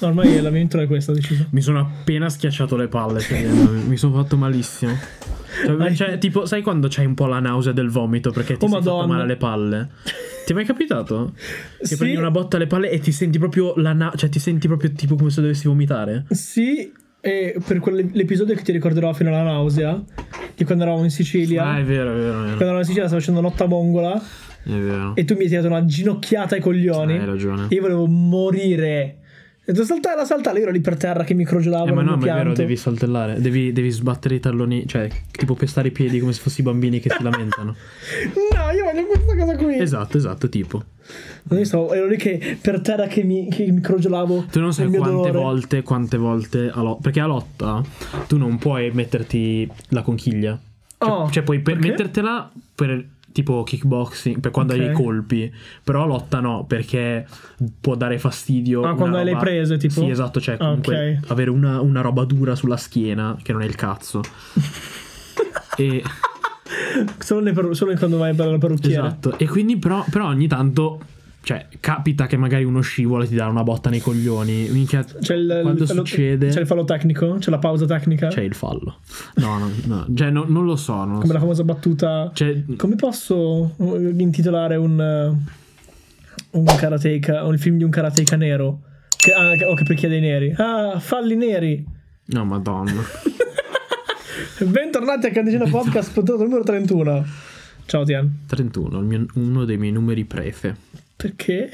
Ormai la mia intro è questa, ho deciso. Mi sono appena schiacciato le palle. sedendomi. mi sono fatto malissimo. Cioè, cioè, tipo, sai quando c'hai un po' la nausea del vomito perché ti Oh, sei fatto Madonna. male alle palle? Ti è mai capitato? Ti Sì. prendi una botta alle palle e ti senti proprio la na- cioè ti senti proprio tipo come se dovessi vomitare? Sì, e per quell'episodio che ti ricorderò fino alla nausea, di quando eravamo in Sicilia. Ah, è vero, è vero, è vero. Quando eravamo in Sicilia stavo facendo notta mongola È vero. e tu mi hai tirato una ginocchiata ai coglioni. Hai ragione. Io volevo morire. Ho detto saltare, saltare. Io ero lì per terra che mi crogiolavo. Eh, ma non no, mi ma è vero, pianto. devi saltellare, devi, devi sbattere i talloni, cioè tipo pestare i piedi come se fossi i bambini che si lamentano. No, io voglio questa cosa qui. Esatto, esatto, tipo. Io stavo, ero lì che per terra che mi, che mi crogiolavo. Tu non sai il mio quante dolore. volte, quante volte a lo- perché a lotta tu non puoi metterti la conchiglia. Cioè, Oh, cioè puoi per perché? mettertela per tipo kickboxing, per quando hai Ok. i colpi, però a lotta no, perché può dare fastidio. Ah, una quando hai le roba- prese, tipo? Sì, esatto, cioè Ah, comunque ok. avere una, una roba dura sulla schiena, che non è il cazzo. e Solo, ne per- solo quando vai per la parrucchiera. Esatto. E quindi, però, però ogni tanto. Cioè, capita che magari uno scivola e ti dà una botta nei coglioni. Minchia, C'è il, quando il- lo- succede. C'è il fallo tecnico? C'è la pausa tecnica? c'è il fallo. No, no, no. Cioè, no- non lo so. Non lo Come so. la famosa battuta. Cioè, Come posso eh, intitolare un. eh, Un karateka. Un film di un karateka nero. Che, ah, che- o che picchia dei neri. Ah, falli neri. no, madonna. Bentornati a Candicino Podcast, puntata numero 31. Ciao, Tian. 31, il mio- uno dei miei numeri prefe. Perché?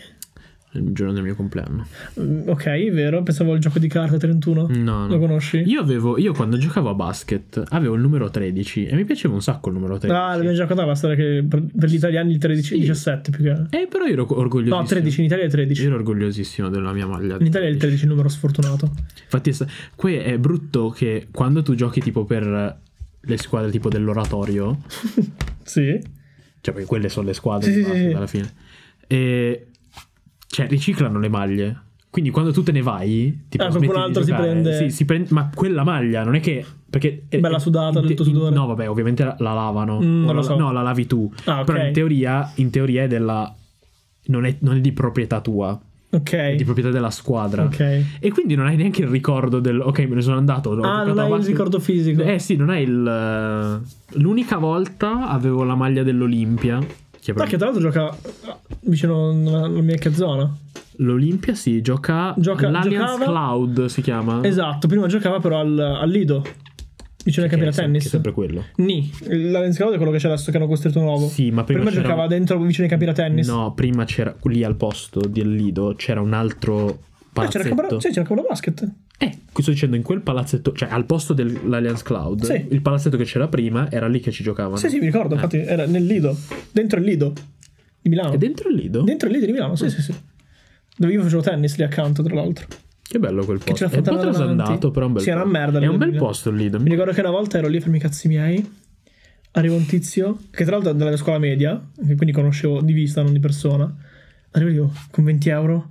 Il giorno del mio compleanno. Mm, Ok, è vero. Pensavo al gioco di carte 31. No, Lo no. conosci? Io avevo, io quando giocavo a basket avevo il numero 13 e mi piaceva un sacco il numero 13. Ah, l'abbiamo già contata la storia che per, per gli italiani il 13 Sì. 17 più che. Eh, però io ero orgogliosissimo. No, 13, in Italia è 13. Io ero orgogliosissimo della mia maglia. In Italia è il 13 numero sfortunato. Infatti, è sta- qui è brutto che quando tu giochi tipo per le squadre tipo dell'oratorio, Sì. cioè perché quelle sono le squadre Sì, di sì, basket sì. alla fine, e cioè riciclano le maglie. Quindi quando tu te ne vai, tipo, Ah, qualcun smetti di altro si giocare. prende- Sì, si prende- ma quella maglia non è che. Perché è- Bella è- sudata, in del tuo in- sudore. No, vabbè, ovviamente la, la lavano. Mm, O non la- lo so. No, la lavi tu. Ah, ok. Però in teoria, in teoria è della. Non è, non è di proprietà tua, è di Ok. proprietà della squadra. Ok, E quindi non hai neanche il ricordo del ok, me ne sono andato. ho Ah, giocato non a hai il basket. ricordo fisico. Eh sì, non hai il. eh, L'unica volta avevo la maglia dell'Olimpia. Che è Ma che proprio- tra l'altro gioca ah, vicino alla alla mia che zona. L'Olimpia si gioca. Gioca- L'Alliance giocava- Cloud si chiama. Esatto, prima giocava però al, al Lido. Vicino Che al capire è sem- che è tennis. sempre quello. Ni, la Lenz Cloud è quello che c'è adesso che hanno costruito nuovo. Sì, ma prima, prima c'era- giocava dentro vicino ai capire tennis. No, prima c'era lì al posto del Lido c'era un altro Ah, c'era il palazzetto. capra- sì, c'era quello basket. Eh, qui sto dicendo in quel palazzetto, cioè al posto dell'Alliance Cloud, Sì. il palazzetto che c'era prima era lì che ci giocavano. Sì, sì, mi Eh. ricordo, infatti era nel Lido. Dentro il Lido di Milano. E dentro il Lido? Dentro il Lido di Milano, sì, sì, sì. Dove io facevo tennis lì accanto, tra l'altro. Che bello quel posto. c'è la È un po' fontana davanti. trasandato, però è un bel Sì, è una posto. merda, È un bel Lido. posto lì. Mi ricordo che una volta ero lì per i cazzi miei. Arriva un tizio, che tra l'altro è della mia scuola media, che quindi conoscevo di vista, non di persona. Arrivo io con 20 euro.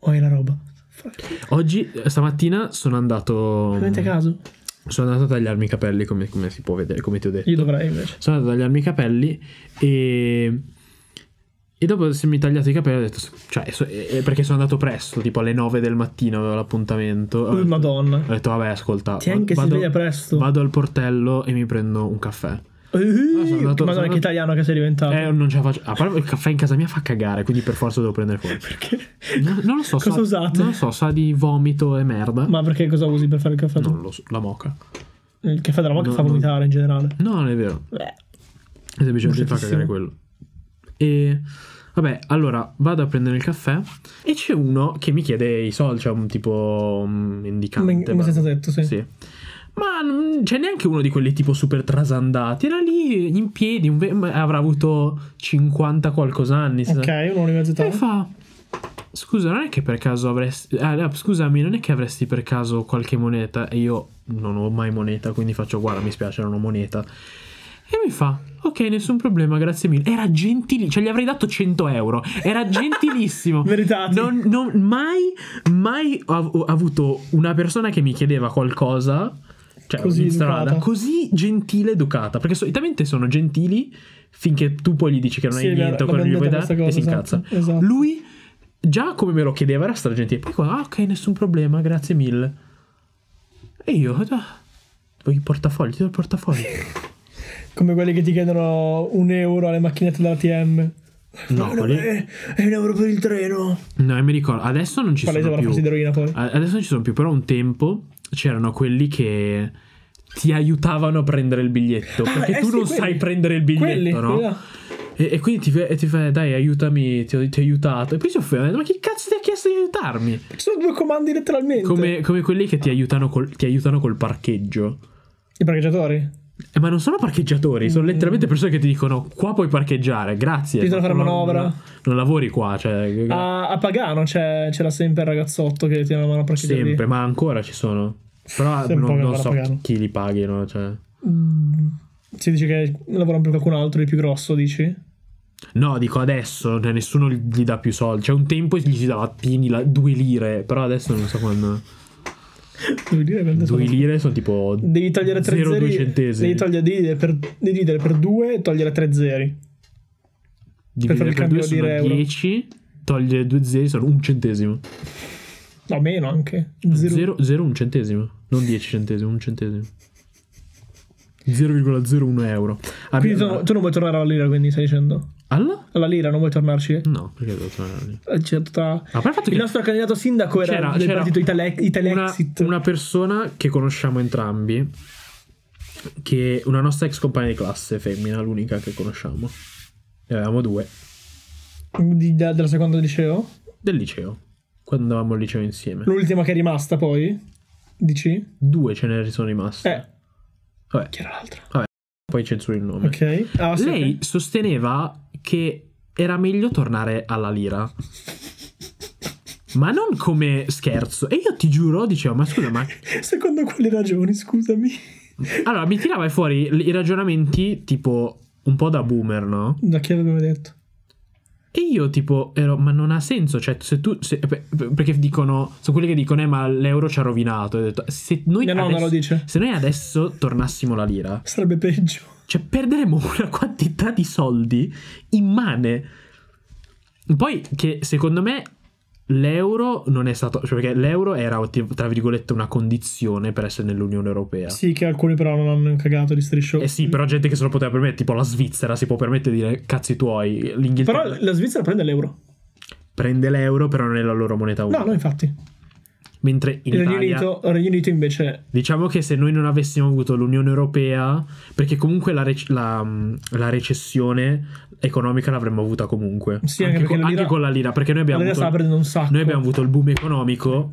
Oh, è la roba. Veramente Oggi, eh, stamattina, sono andato. a caso. Sono andato a tagliarmi i capelli, come, come si può vedere, come ti ho detto. Io dovrei invece. Sono andato a tagliarmi i capelli e. E dopo essermi tagliato i capelli ho detto. Cioè, so- eh, perché sono andato presto, tipo alle 9 del mattino avevo l'appuntamento. Ho Oh, detto- madonna. ho detto, vabbè, ascolta. Ti anche si Eh, vado- sveglia presto. Vado al portello e mi prendo un caffè. Eh, sono andato- sono madonna, andato- che italiano che sei diventato. Eh, non ce la faccio. A parte il caffè in casa mia fa cagare, quindi per forza devo prendere fuori. Perché? No- non lo so. Cosa sa, usate? Non lo so, sa di vomito e merda. Ma perché cosa usi per fare il caffè? tu? Non lo so, la moca. Il caffè della moca No, fa no. vomitare in generale. No, non è vero. Beh, È semplicemente fa Bruciatissimo. cagare quello. E vabbè, allora vado a prendere il caffè e c'è uno che mi chiede i soldi, cioè un tipo un come indicante. come ma- senza tetto, sì. Sì. Ma non c'è neanche uno di quelli tipo super trasandati. Era lì in piedi, un ve- avrà avuto 50 qualcos'anni. si sa. Ok, un'università. E Eh, fa. Scusa, non è che per caso avresti. ah, no, scusami, non è che avresti per caso qualche moneta? E io non ho mai moneta, quindi faccio guarda, mi spiace, non ho moneta. E mi fa. Ok, nessun problema, grazie mille. Era gentilissimo, cioè gli avrei dato 100 euro. Era gentilissimo. Meritati. Non, non- mai, mai ho av- ho avuto una persona che mi chiedeva qualcosa. Cioè, Così in strada, educata. così gentile ed educata. Perché solitamente sono gentili finché tu poi gli dici che non Sì, hai niente o che non l'abbiamo gli detta puoi dare questa e cosa, si esatto, incazza. esatto. Lui già come me lo chiedeva era stragentile. Poi qua, ah, ok, nessun problema, grazie mille. E io, ah, voglio il portafoglio, ti do il portafoglio. Come quelli che ti chiedono un euro alle macchinette dell'ATM. No, quelli- è, è un euro per il treno. No, e mi ricordo, adesso non ci Parla sono della più. frase di eroina poi. A- Adesso non ci sono più, però un tempo c'erano quelli che ti aiutavano a prendere il biglietto. Ah, perché eh tu sì, non quelli. sai prendere il biglietto, Quelli, no? quelli là. E, e quindi ti, fa- e ti fai, dai, aiutami, ti ho, ti ho aiutato. E poi si offende, ma chi cazzo ti ha chiesto di aiutarmi? Ci sono due comandi letteralmente. Come, come quelli che ti aiutano col, ti aiutano col parcheggio. I parcheggiatori. Eh, ma non sono parcheggiatori, Mm. sono letteralmente persone che ti dicono: Qua puoi parcheggiare, grazie. Ti devono ma fare non- manovra." Ah, Non, lavori qua, cioè. A, a Pagano c'è- c'era sempre il ragazzotto che tiene la mano a parcheggiare. lì. sempre, ma ancora ci sono. Però Sempre non, che non vanno a so pagare. chi li paghino. Cioè. Mm, Si dice che lavora per qualcun altro di più grosso, dici? No, dico adesso, cioè, nessuno gli dà più soldi. C'è un tempo gli si dava pieni la- due lire, però adesso non so quando. Devi dire quante Due sono. lire sono tipo. Devi togliere tre 0,2 zeri. centesimi. Devi, togliere, devi dividere per, devi dividere per due e togliere tre zeri. Dividere fare il per cambio due di sono euro. 10, togliere due zeri sono un centesimo. No, meno anche. Zero. 0, 0 un centesimo, non 10 centesimi, un centesimo. 0,01 euro. Quindi Abbiamo- tu, tu non vuoi tornare alla lira, quindi stai dicendo? Alla? Alla lira, non vuoi tornarci? No, perché devo tornare lì? Eh, C'è tutta... A parte il fatto Il che nostro candidato sindaco era C'era- del c'era partito Itale- una, Italexit. una persona che conosciamo entrambi, che una nostra ex compagna di classe, femmina, l'unica che conosciamo. Ne avevamo due, Di- da- della seconda liceo. del liceo, quando andavamo al liceo insieme. L'ultima che è rimasta poi. Dici? Due ce ne sono rimaste. Eh. Vabbè. Chi era l'altra? Poi censuro il nome. Ok. Ah, sì, Lei ok. sosteneva che era meglio tornare alla lira. Ma non come scherzo. E io ti giuro, dicevo, ma scusa, ma... Secondo quali ragioni, scusami? Allora, mi tirava fuori i ragionamenti tipo un po' da boomer, no? Da chi avevamo detto? E io tipo ero, ma non ha senso, cioè se tu... se- per- perché dicono, sono quelli che dicono, eh ma l'euro ci ha rovinato. E ho detto, se noi, Mia nonna lo adesso, dice. se noi adesso tornassimo la lira, Sarebbe peggio. Cioè, perderemo una quantità di soldi immane. Poi, che secondo me l'euro non è stato. Cioè, perché l'euro era, tra virgolette, una condizione per essere nell'Unione Europea. Sì, che alcuni però non hanno cagato di striscio. Eh sì, però gente che se lo poteva permettere, tipo la Svizzera, si può permettere di dire cazzi tuoi. L'Inghilterra Però la Svizzera prende l'euro. prende l'euro, però non è la loro moneta unica. No, no, infatti. Mentre in Il Regno, Italia. Unito, il Regno Unito invece. Diciamo che se noi non avessimo avuto l'Unione Europea, perché comunque la, rec- la, mh, la recessione economica l'avremmo avuta comunque. Sì, anche perché con, la lira- anche con la lira, perché noi abbiamo, L'Italia stava avuto, prendendo un sacco. noi abbiamo avuto il boom economico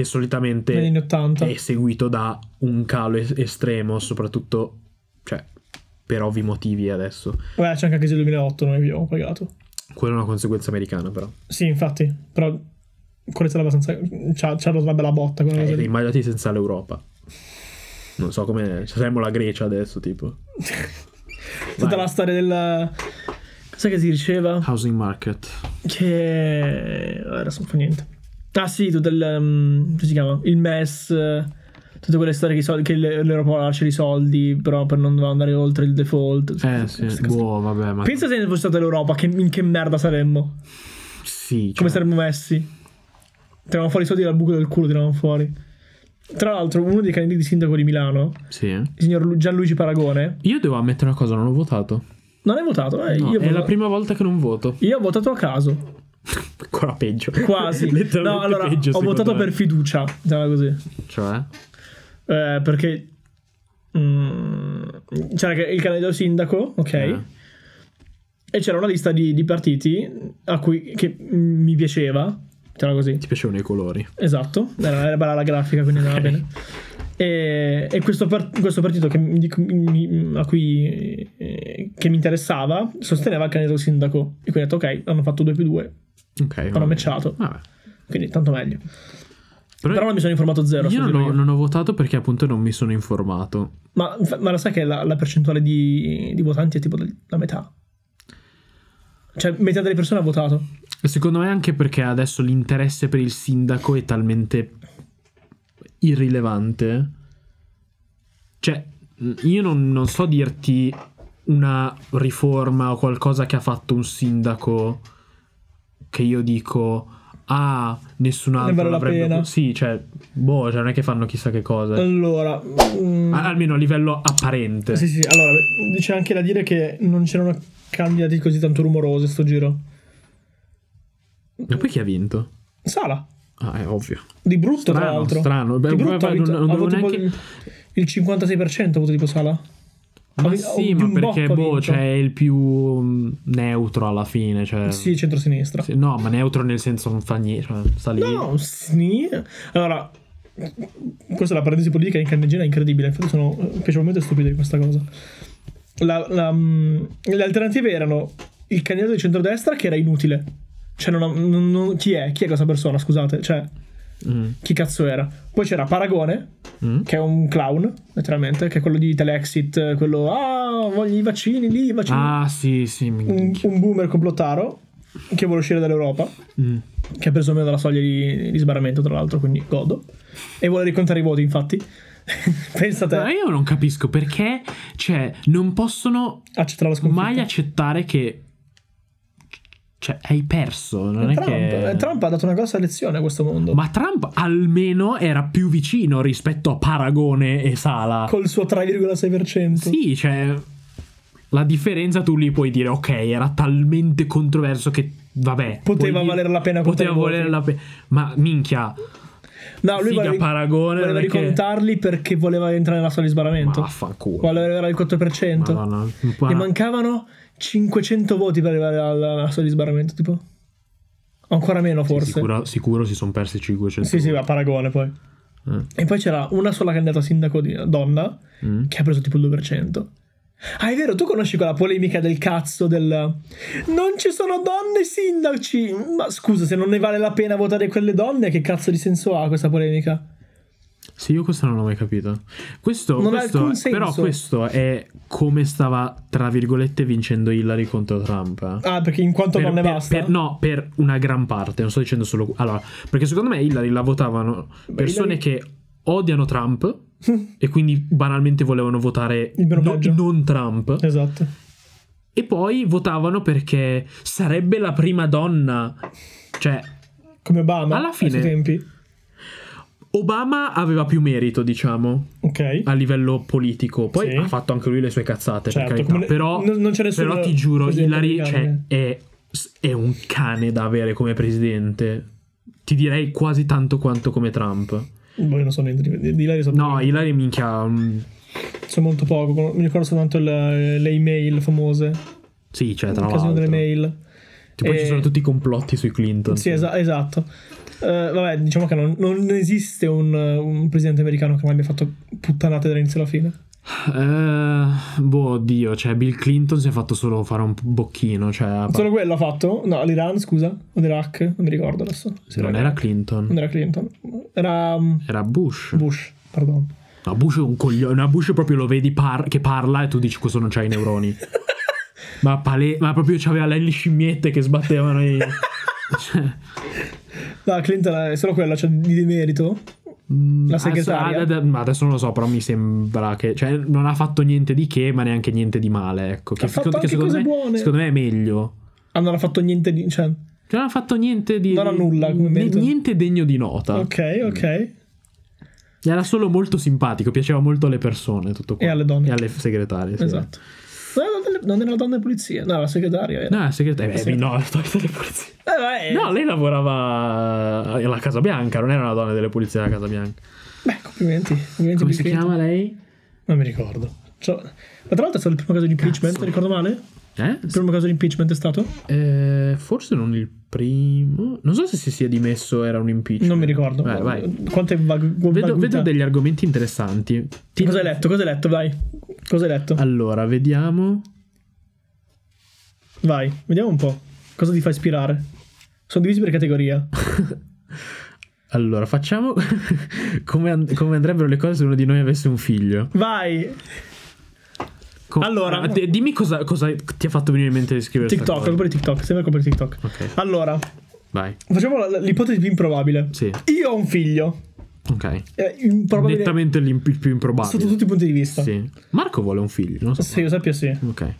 negli anni solitamente 80. è seguito da un calo es- estremo, soprattutto cioè, per ovvi motivi adesso. Beh, c'è anche la crisi del 2008, noi abbiamo pagato. Quella è una conseguenza americana però. Eh, Sì, infatti. Però quella è stata abbastanza... C'ha, c'ha dato una bella botta. Quella cosa Eh, lì. immaginati senza l'Europa. Non so come... Saremmo la Grecia adesso tipo. Tutta vai. la storia del... Sai che si diceva? Housing market. Che. Adesso non fa niente. Ah, sì, tutto il. um, come si chiama? Il MES. eh, Tutte quelle storie che, i soldi- che l'E- l'Europa lascia i soldi, però per non andare oltre il default. Eh Tutte sì, queste cose. boh, vabbè, ma Pensa se ne fosse stata l'Europa, che, in che merda saremmo? sì, Come cioè, saremmo messi? Tiravamo fuori i soldi dal buco del culo, tiravamo fuori. Tra l'altro, uno dei candidati di sindaco di Milano, sì, eh. il signor Lu- Gianluigi Paragone, Io devo ammettere una cosa, non ho votato. non hai votato. Eh, No, io, è voto- la prima volta che non voto. io ho votato a caso. Ancora peggio. Quasi. Letteralmente no, allora, peggio, ho secondo votato me. per fiducia, diciamo così. Cioè? Eh, perché mm, c'era che- il candidato sindaco, ok? Eh. E c'era una lista di, di partiti a cui che mm, mi piaceva. C'era così. Ti piacevano i colori. Esatto, era, era bella la grafica, quindi andava bene. E, e questo, par- questo partito che mi- di cui mi- a cui eh, che mi interessava sosteneva il candidato sindaco. E quindi ho detto, ok, hanno fatto 2 più 2, Ok. hanno Eh, vabbè. matchato, Vabbè. quindi tanto meglio. Però, Però non mi sono informato zero. io sto non giro ho, non ho votato perché appunto non mi sono informato. Ma, ma lo sai che la, la percentuale di, di votanti è tipo del- la metà? Cioè, metà delle persone ha votato. E Secondo me anche perché adesso l'interesse per il sindaco è talmente irrilevante. Cioè, io non, non so dirti una riforma o qualcosa che ha fatto un sindaco che io dico, ah, nessun altro vale la l'avrebbe- pena. Sì, cioè, boh, cioè non è che fanno chissà che cosa. Allora, mm, Al- Almeno a livello apparente. sì, sì, allora, beh, c'è anche da dire che non c'erano candidati così tanto rumorosi sto giro. Ma poi chi ha vinto? Sala, Ah, è ovvio. di brutto tra Strano, l'altro. strano. Beh, di brutto ha guarda, vinto- non- non ha avuto devo tipo il, il 56% ha avuto tipo Sala. Ma vi- sì, di ma un perché botto ha boh, vinto. cioè è il più mh, neutro alla fine, cioè Eh, Sì, centrosinistra. Sì, No, ma neutro nel senso non fa niente, cioè, sta lì. No, sì. Allora, questa è la parentesi politica in Carnegie, è incredibile. Infatti sono eh, piacevolmente stupido di questa cosa. La- la, mm, le alternative erano il candidato di centrodestra che era inutile. Cioè, non, ha- non- non- chi è? Chi è questa persona? Scusate, cioè, Mm, chi cazzo era? Poi c'era Paragone, mm. che è un clown, letteralmente, che è quello di Telexit, quello, ah, voglio i vaccini lì, i vaccini. Ah, sì, sì. Un, minchia. un boomer complottaro che vuole uscire dall'Europa Mm. che ha preso meno dalla soglia di, di sbarramento, tra l'altro, quindi godo. E vuole ricontare i voti, infatti. Pensa Ma te, io non capisco perché, cioè, non possono accetterà Ah, la sconfitta. mai accettare che cioè hai perso, non è Trump, che eh, Trump ha dato una grossa lezione a questo mondo. Ma Trump almeno era più vicino rispetto a Paragone e Sala. Col suo 3,6%. Sì, cioè. La differenza tu lì puoi dire, ok, era talmente controverso che, vabbè. Poteva puoi dire- valere la pena contare Poteva i voti. valere la pena. Ma minchia, no, lui figa voleva, paragone, voleva non è che- ricontarli perché voleva entrare nella soglia di ma sbarramento. vaffanculo. Voleva arrivare al 4%. Madonna, E ma- mancavano 500 voti per arrivare alla, alla soglia di sbarramento, tipo. Ancora meno, forse. Sicuro, sicuro si sono persi 500. Sì, sì, a paragone poi. Eh. E poi c'era una sola candidata a sindaco di donna Mm. che ha preso tipo il 2%. Ah, è vero, tu conosci quella polemica del cazzo del non ci sono donne sindaci. Ma scusa, se non ne vale la pena votare quelle donne, che cazzo di senso ha questa polemica? Sì, io questo non l'ho mai capito. Questo, Non ha questo- alcun senso. però questo è come stava, tra virgolette, vincendo Hillary contro Trump. eh. Ah, perché in quanto Per- donne per- basta. per- no, per una gran parte, non sto dicendo solo. Allora, perché secondo me Hillary la votavano persone Hillary- che odiano Trump e quindi banalmente volevano votare Il meno no- peggio. non Trump. Esatto. E poi votavano perché sarebbe la prima donna. Cioè, Come Obama Alla ai fine- suoi tempi. Obama aveva più merito, diciamo, Ok. a livello politico. Poi Sì. ha fatto anche lui le sue cazzate, Certo, per carità. come ne- Però, non- non c'è nessuno però ti giuro, presidente Hillary cioè, americano. è, è un cane da avere come presidente. Ti direi quasi tanto quanto come Trump. Boh, io non so niente di, di, di lei, so- No, Hillary minchia. mm, so molto poco. con- Mi ricordo soltanto il- le email famose. Sì, cioè, tra Il casino l'altro. delle mail. Tipo, poi Eh, ci sono tutti i complotti sui Clinton. Sì, esa- esatto. Eh, vabbè, diciamo che non, non esiste un, un presidente americano che non abbia fatto puttanate dall'inizio alla fine. Eh, boh, oddio, cioè, Bill Clinton si è fatto solo fare un bocchino. Cioè, a parte- Solo quello ha fatto? No, l'Iran, scusa, o l'Iraq, non mi ricordo adesso. non era Clinton, Non era Clinton, era um, era Bush. Bush, perdono. No, Bush è un coglione. No, Bush proprio lo vedi par- che parla e tu dici questo non c'ha i neuroni. ma, pale- ma proprio c'aveva le le scimmiette che sbattevano i. Cioè, No, Clinton è solo quello, cioè di di merito. mm, La adesso- segretaria. ad- ad- ma adesso non lo so, però mi sembra che. Cioè, non ha fatto niente di che, ma neanche niente di male. Ecco. Che, Ha fatto secondo, che anche secondo cose me, buone. secondo me è meglio. Ah, non ha fatto niente di... Cioè, Cioè, non ha fatto niente di. Non ha nulla come di- merito. Niente degno di nota. ok, ok. Era solo molto simpatico, piaceva molto alle persone, tutto qua. E alle donne. E alle segretarie. sì. Esatto. No, non era- non era la donna di polizia, no, la segretaria era. No, la segretaria. Sì. Eh, no, la storia delle polizie. Eh, vabbè, No, lei lavorava alla Casa Bianca, non era una donna delle pulizie della Casa Bianca. Beh, complimenti. complimenti Come Bill si Clinton. chiama lei? Non mi ricordo. Cioè, ma tra l'altro è stato il primo caso di impeachment, Cazzo. ricordo male? Eh? Il primo caso di impeachment è stato? Eh, forse non il primo. Non so se si sia dimesso, era un impeachment. Non mi ricordo. Vai, vai. Quante vag- vaguità. Vedo, vedo degli argomenti interessanti. Ti- Cosa hai letto? Cosa hai letto? Vai. Cosa hai letto? Allora, vediamo. Vai, vediamo un po'. Cosa ti fa ispirare? Sono divisi per categoria. Allora, facciamo come, and- come andrebbero le cose se uno di noi avesse un figlio. Vai. Co- Allora- te- dimmi cosa, cosa ti ha fatto venire in mente di scrivere sta TikTok, cosa. recuperi TikTok, sempre recuperi TikTok. Ok, Allora, vai. facciamo la- l'ipotesi più improbabile. Sì, Io ho un figlio. ok. È improbabile Nettamente l'im- il più improbabile. sotto tutti i punti di vista. Sì. Marco vuole un figlio, non so. Se io sappia sì. Ok.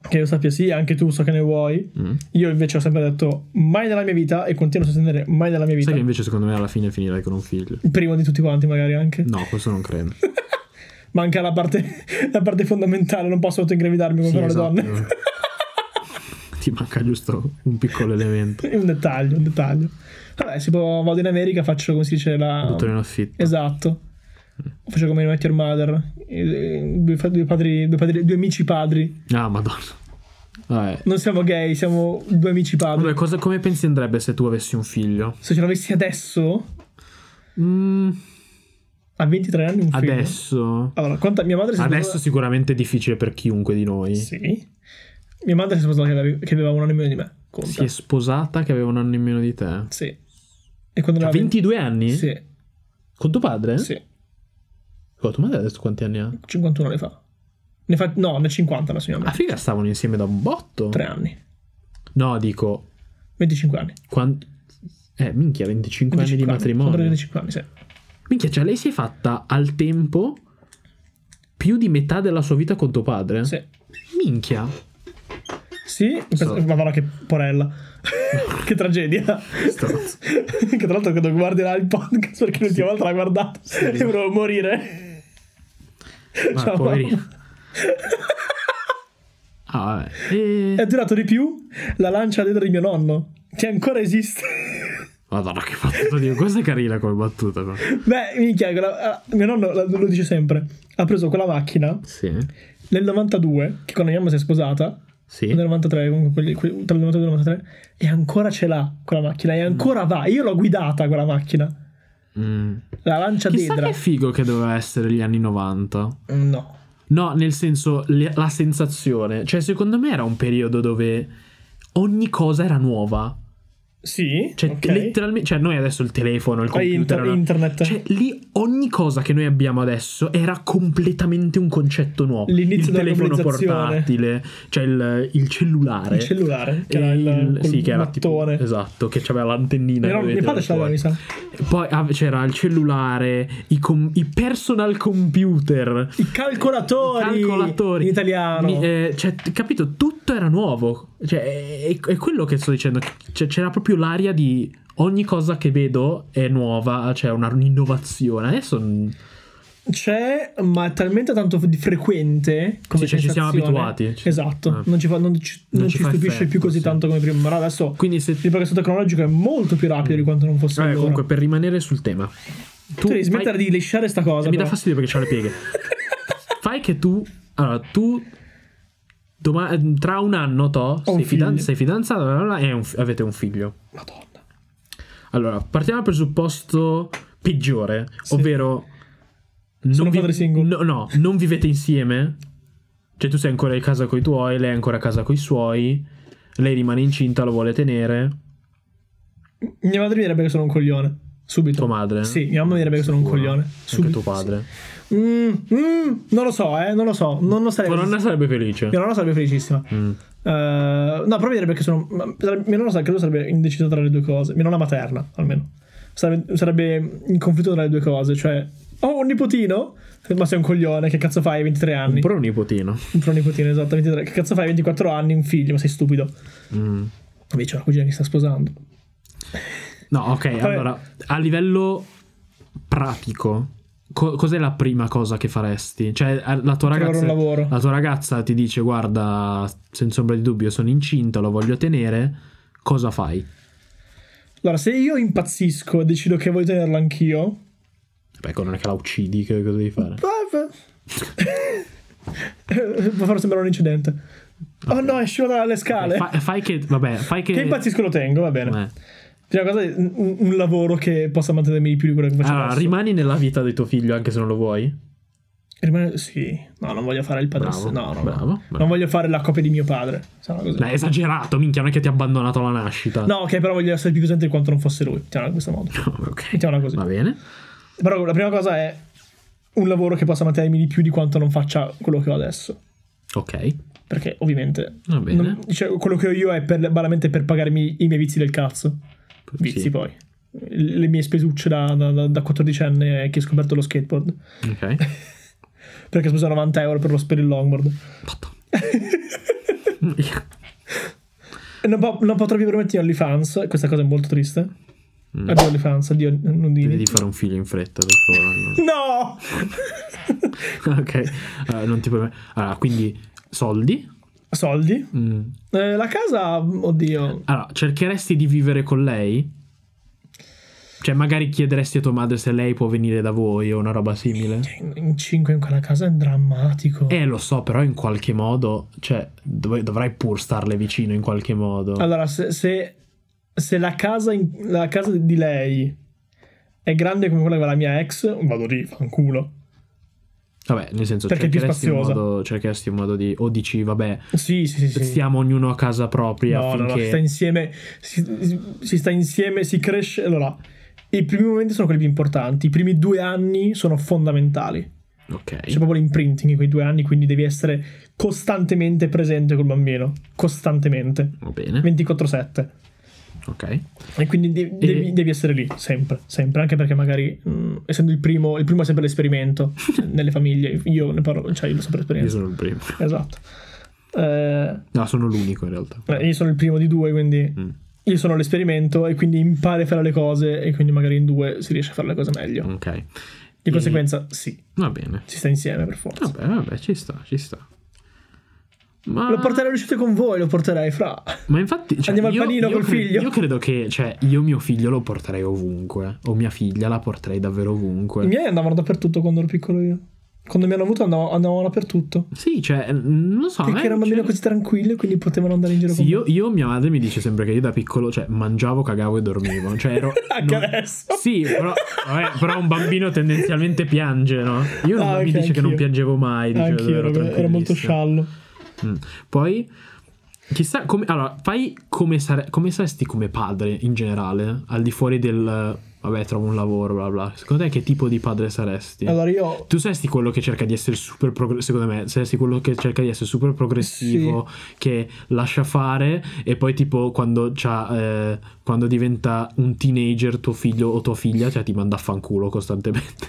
Che io sappia sì, anche tu so che ne vuoi. Mm. Io invece ho sempre detto mai nella mia vita e continuo a sostenere mai nella mia vita. Sai che invece secondo me alla fine finirai con un figlio. Prima di tutti quanti magari anche. No, questo non credo. Manca la parte, la parte fondamentale, non posso autoingravidarmi come Sì, fanno esatto. le donne. Ti manca giusto un piccolo elemento. È un dettaglio, un dettaglio. Vabbè, si può, vado in America, faccio come si dice la... Dottore in affitto. Esatto. Faccio come in Met Your Mother. Eh, Due, fa- due padri, due, padri- due amici padri. Ah, madonna. Vabbè. Non siamo gay, siamo due amici padri. Vabbè, cosa- come pensi andrebbe se tu avessi un figlio? Se ce l'avessi adesso, Mm, a 23 anni un figlio. adesso. Allora, quanta, mia madre si Adesso sposava- sicuramente è difficile per chiunque di noi. Sì. Mia madre si è sposata che aveva, che aveva un anno in meno di me. Conta. Si è sposata che aveva un anno in meno di te. A esatto. Sì. E quando ne aveva 22 Cioè, anni? Sì, Con tuo padre? sì. Oh, tua madre adesso quanti anni ha? 51 ne fa. Ne fa no, ne 50 la signora. Ah, figa, stavano insieme da un botto. 3 anni. No, dico. 25 anni. quan- Eh, minchia, 25, anni di 25 matrimonio. Sono 25 anni, sì. Minchia, cioè lei si è fatta al tempo più di metà della sua vita con tuo padre? Sì. Minchia. Sì, So. pens- madonna che porella. che tragedia. Stronzo. che tra l'altro quando guarderà il podcast perché l'ultima volta l'ha guardato e volevo morire. Ma Ciao, poverina. mamma. Ah, vabbè. E- È durato di più la lancia dentro di mio nonno, che ancora esiste. Madonna, che battuta di... Questa è carina come battuta. però. Beh, minchia, quella- ah, mio nonno la- lo dice sempre. Ha preso quella macchina Sì. nel 92, che quando mia mamma si è sposata, Sì. nel 93, comunque quelli- quelli- tra il 92 e il 93, e ancora ce l'ha quella macchina, e ancora va. Io l'ho guidata quella macchina. Mm. La lancia Chissà dedra. che figo che doveva essere gli anni 90. No. No, nel senso, le- la sensazione. Cioè, secondo me era un periodo dove ogni cosa era nuova. Sì, Cioè, ok. letteralmente. Cioè, noi adesso il telefono, il Poi computer. inter- no? internet. Cioè, lì ogni cosa che noi abbiamo adesso era completamente un concetto nuovo. L'inizio il della telefono globalizzazione. portatile, cioè il, il cellulare. il cellulare, che E era il, col sì, che era tipo- mattone. esatto, che c'aveva l'antennina. Mio che nonno- dovevi mio padre tirare ce l'aveva, fuori. mi sa. Poi ah, c'era il cellulare, i, com- i personal computer, I calcolatori. calcolatori. In italiano. Mi- eh, cioè, t- capito, tutto era nuovo. Cioè, è, è quello che sto dicendo. Cioè, c'era proprio l'aria di ogni cosa che vedo è nuova, cioè una- un'innovazione. Adesso mm, C'è, ma è talmente tanto di frequente. Come Sì, cioè, ci siamo sensazione. abituati. Ci- Esatto. eh. Non ci, fa- non ci- Non non ci ci fa stupisce effetto, più così sì. Ecco. tanto come prima. Ma adesso quindi se il progresso tecnologico è molto più rapido di quanto non fosse Vabbè, allora. Mm. Eh, comunque per rimanere sul tema. tu devi fai- Eh, smettere di lisciare sta cosa. Mi dà però. fastidio perché c'ho le pieghe. Fai che tu allora tu doma- tra un anno to Ho un sei, fidan- figlio. sei fidanzata bla bla bla, e hai un fi- avete un figlio. Madonna. Allora, partiamo dal presupposto peggiore, Sì. ovvero... Sono padre single. No, no, non vivete insieme. Cioè tu sei ancora in casa con i tuoi, lei è ancora a casa con i suoi, lei rimane incinta, lo vuole tenere, Mia madre mi direbbe che sono un coglione. Subito. tua madre. eh? Sì, mia mamma mi direbbe che sono un Sicuro. coglione. Anche Subito, tuo padre. sì. Mm, mm, non lo so, eh. Non lo so. Non lo sarei. Tua nonna sarebbe felice. Mia nonna sarebbe felicissima. Mm. Eh, no, però mi direbbe che sono. ma- sarebbe- Mia nonna sa- credo sarebbe indecisa tra le due cose. Mia nonna materna, almeno. Sarebbe, sarebbe in conflitto tra le due cose. Cioè, ho un nipotino. Ma sei un coglione, che cazzo fai? 23 anni. Un pronipotino. Un pronipotino, esatto. 23. Che cazzo fai? 24 anni, un figlio, ma sei stupido. Mm. Invece, ho una cugina che sta sposando. No, ok, Vabbè. allora, a livello pratico, co- cos'è la prima cosa che faresti? Cioè, eh, la tua, Trovare ragazza, un lavoro. la tua ragazza ti dice, guarda, senza ombra di dubbio, sono incinta, lo voglio tenere, cosa fai? Allora, se io impazzisco e decido che voglio tenerlo anch'io. Beh, ecco, non è che la uccidi, che cosa devi fare? eh, Può far sembrare un incidente. Oh no, è scivolato dalle scale. Fa- fai che, vabbè, fai che... Che impazzisco lo tengo, va bene. Eh. Prima cosa è un, un lavoro che possa mantenermi di più di quello che faccio Allora, adesso. rimani nella vita di tuo figlio anche se non lo vuoi? Rimane- Sì. No, non voglio fare il padre. Bravo, no, no, no. bravo, bravo. Non voglio fare la copia di mio padre. Diciamo così. Beh, esagerato, minchia, non è che ti ha abbandonato alla nascita. No, ok, però voglio essere più presente di quanto non fosse lui. Mettiamola in questo modo. ok. Mettiamola così. Va bene. Però la prima cosa è un lavoro che possa mantenermi di più di quanto non faccia quello che ho adesso. Ok. Perché ovviamente Va bene. non- cioè, quello che ho io è per, banalmente per pagarmi i miei vizi del cazzo. Vizi Sì. poi. Le mie spesucce da, da, da- da 14enne che ho scoperto lo skateboard. Ok. Perché speso 90 euro per, lo, per il longboard. Madonna. Non, po- non potrò più permettere OnlyFans, questa cosa è molto triste. Mm. Addio OnlyFans, addio Nundini. Devi fare un figlio in fretta per favore. no. No! ok, Allora, non ti puoi... Allora, quindi soldi. Soldi? Mm. Eh, la casa, oddio. Allora, cercheresti di vivere con lei? Cioè, magari chiederesti a tua madre se lei può venire da voi o una roba simile? In, in cinque in quella casa è drammatico. Eh, lo so, però in qualche modo, cioè, dov- dovrai pur starle vicino in qualche modo. Allora, se, se- se la, casa in- la casa di lei è grande come quella della mia ex, vado lì, fanculo. Vabbè, nel senso, Perché è più cercheresti un, spaziosa. modo, cercheresti un modo di... O dici, vabbè, Sì, sì, sì. sì. stiamo ognuno a casa propria No, no, no, si sta finché... insieme, si, si sta insieme, si cresce. Allora, i primi momenti sono quelli più importanti, i primi due anni sono fondamentali. ok. C'è proprio l'imprinting in quei due anni, quindi devi essere costantemente presente col bambino, costantemente, Va bene, 24/7. ok. E quindi de- devi, devi essere lì, sempre, sempre, anche perché magari, mm, essendo il primo, il primo è sempre l'esperimento nelle famiglie, io ne parlo, cioè io l'ho sempre Io esperienza. sono il primo. Esatto. Eh, No, sono l'unico in realtà. eh, io sono il primo di due, quindi Mm. io sono l'esperimento e quindi impari a fare le cose e quindi magari in due si riesce a fare le cose meglio. Ok, Di E- conseguenza, sì, va bene. si sta insieme per forza. Vabbè, vabbè, ci sta, ci sta. Ma, Lo porterei all'uscita con voi, lo porterei fra. ma infatti... cioè, Andiamo al io- panino io col cre- figlio. Io credo che, cioè, io mio figlio lo porterei ovunque. eh. O mia figlia la porterei davvero ovunque. I miei andavano dappertutto quando ero piccolo io. Quando mi hanno avuto andavo- andavano dappertutto. Sì, cioè, non lo so. a me Perché erano non c'è- bambini così tranquilli, quindi potevano andare in giro cioè. Sì, con io, io- mia madre mi dice sempre che io da piccolo, cioè, mangiavo, cagavo e dormivo. Cioè, ero... Anche non- adesso. Sì, però, vabbè, però un bambino tendenzialmente piange, no? Io Ah, mi ok, dice che non anch'io. piangevo mai, dice Anch'io ero, ero, ero molto tranquillissimo. sciallo. Mm. Poi, chissà come. Allora, fai come, sare- come saresti come padre in generale, al di fuori del eh, vabbè, trovo un lavoro, bla bla. Secondo te, che tipo di padre saresti? Allora io Tu saresti quello che cerca di essere super progressivo, secondo me, saresti quello che cerca di essere super progressivo, che lascia fare e poi tipo quando, c'ha, eh, quando diventa un teenager tuo figlio o tua figlia, cioè ti manda a fanculo costantemente.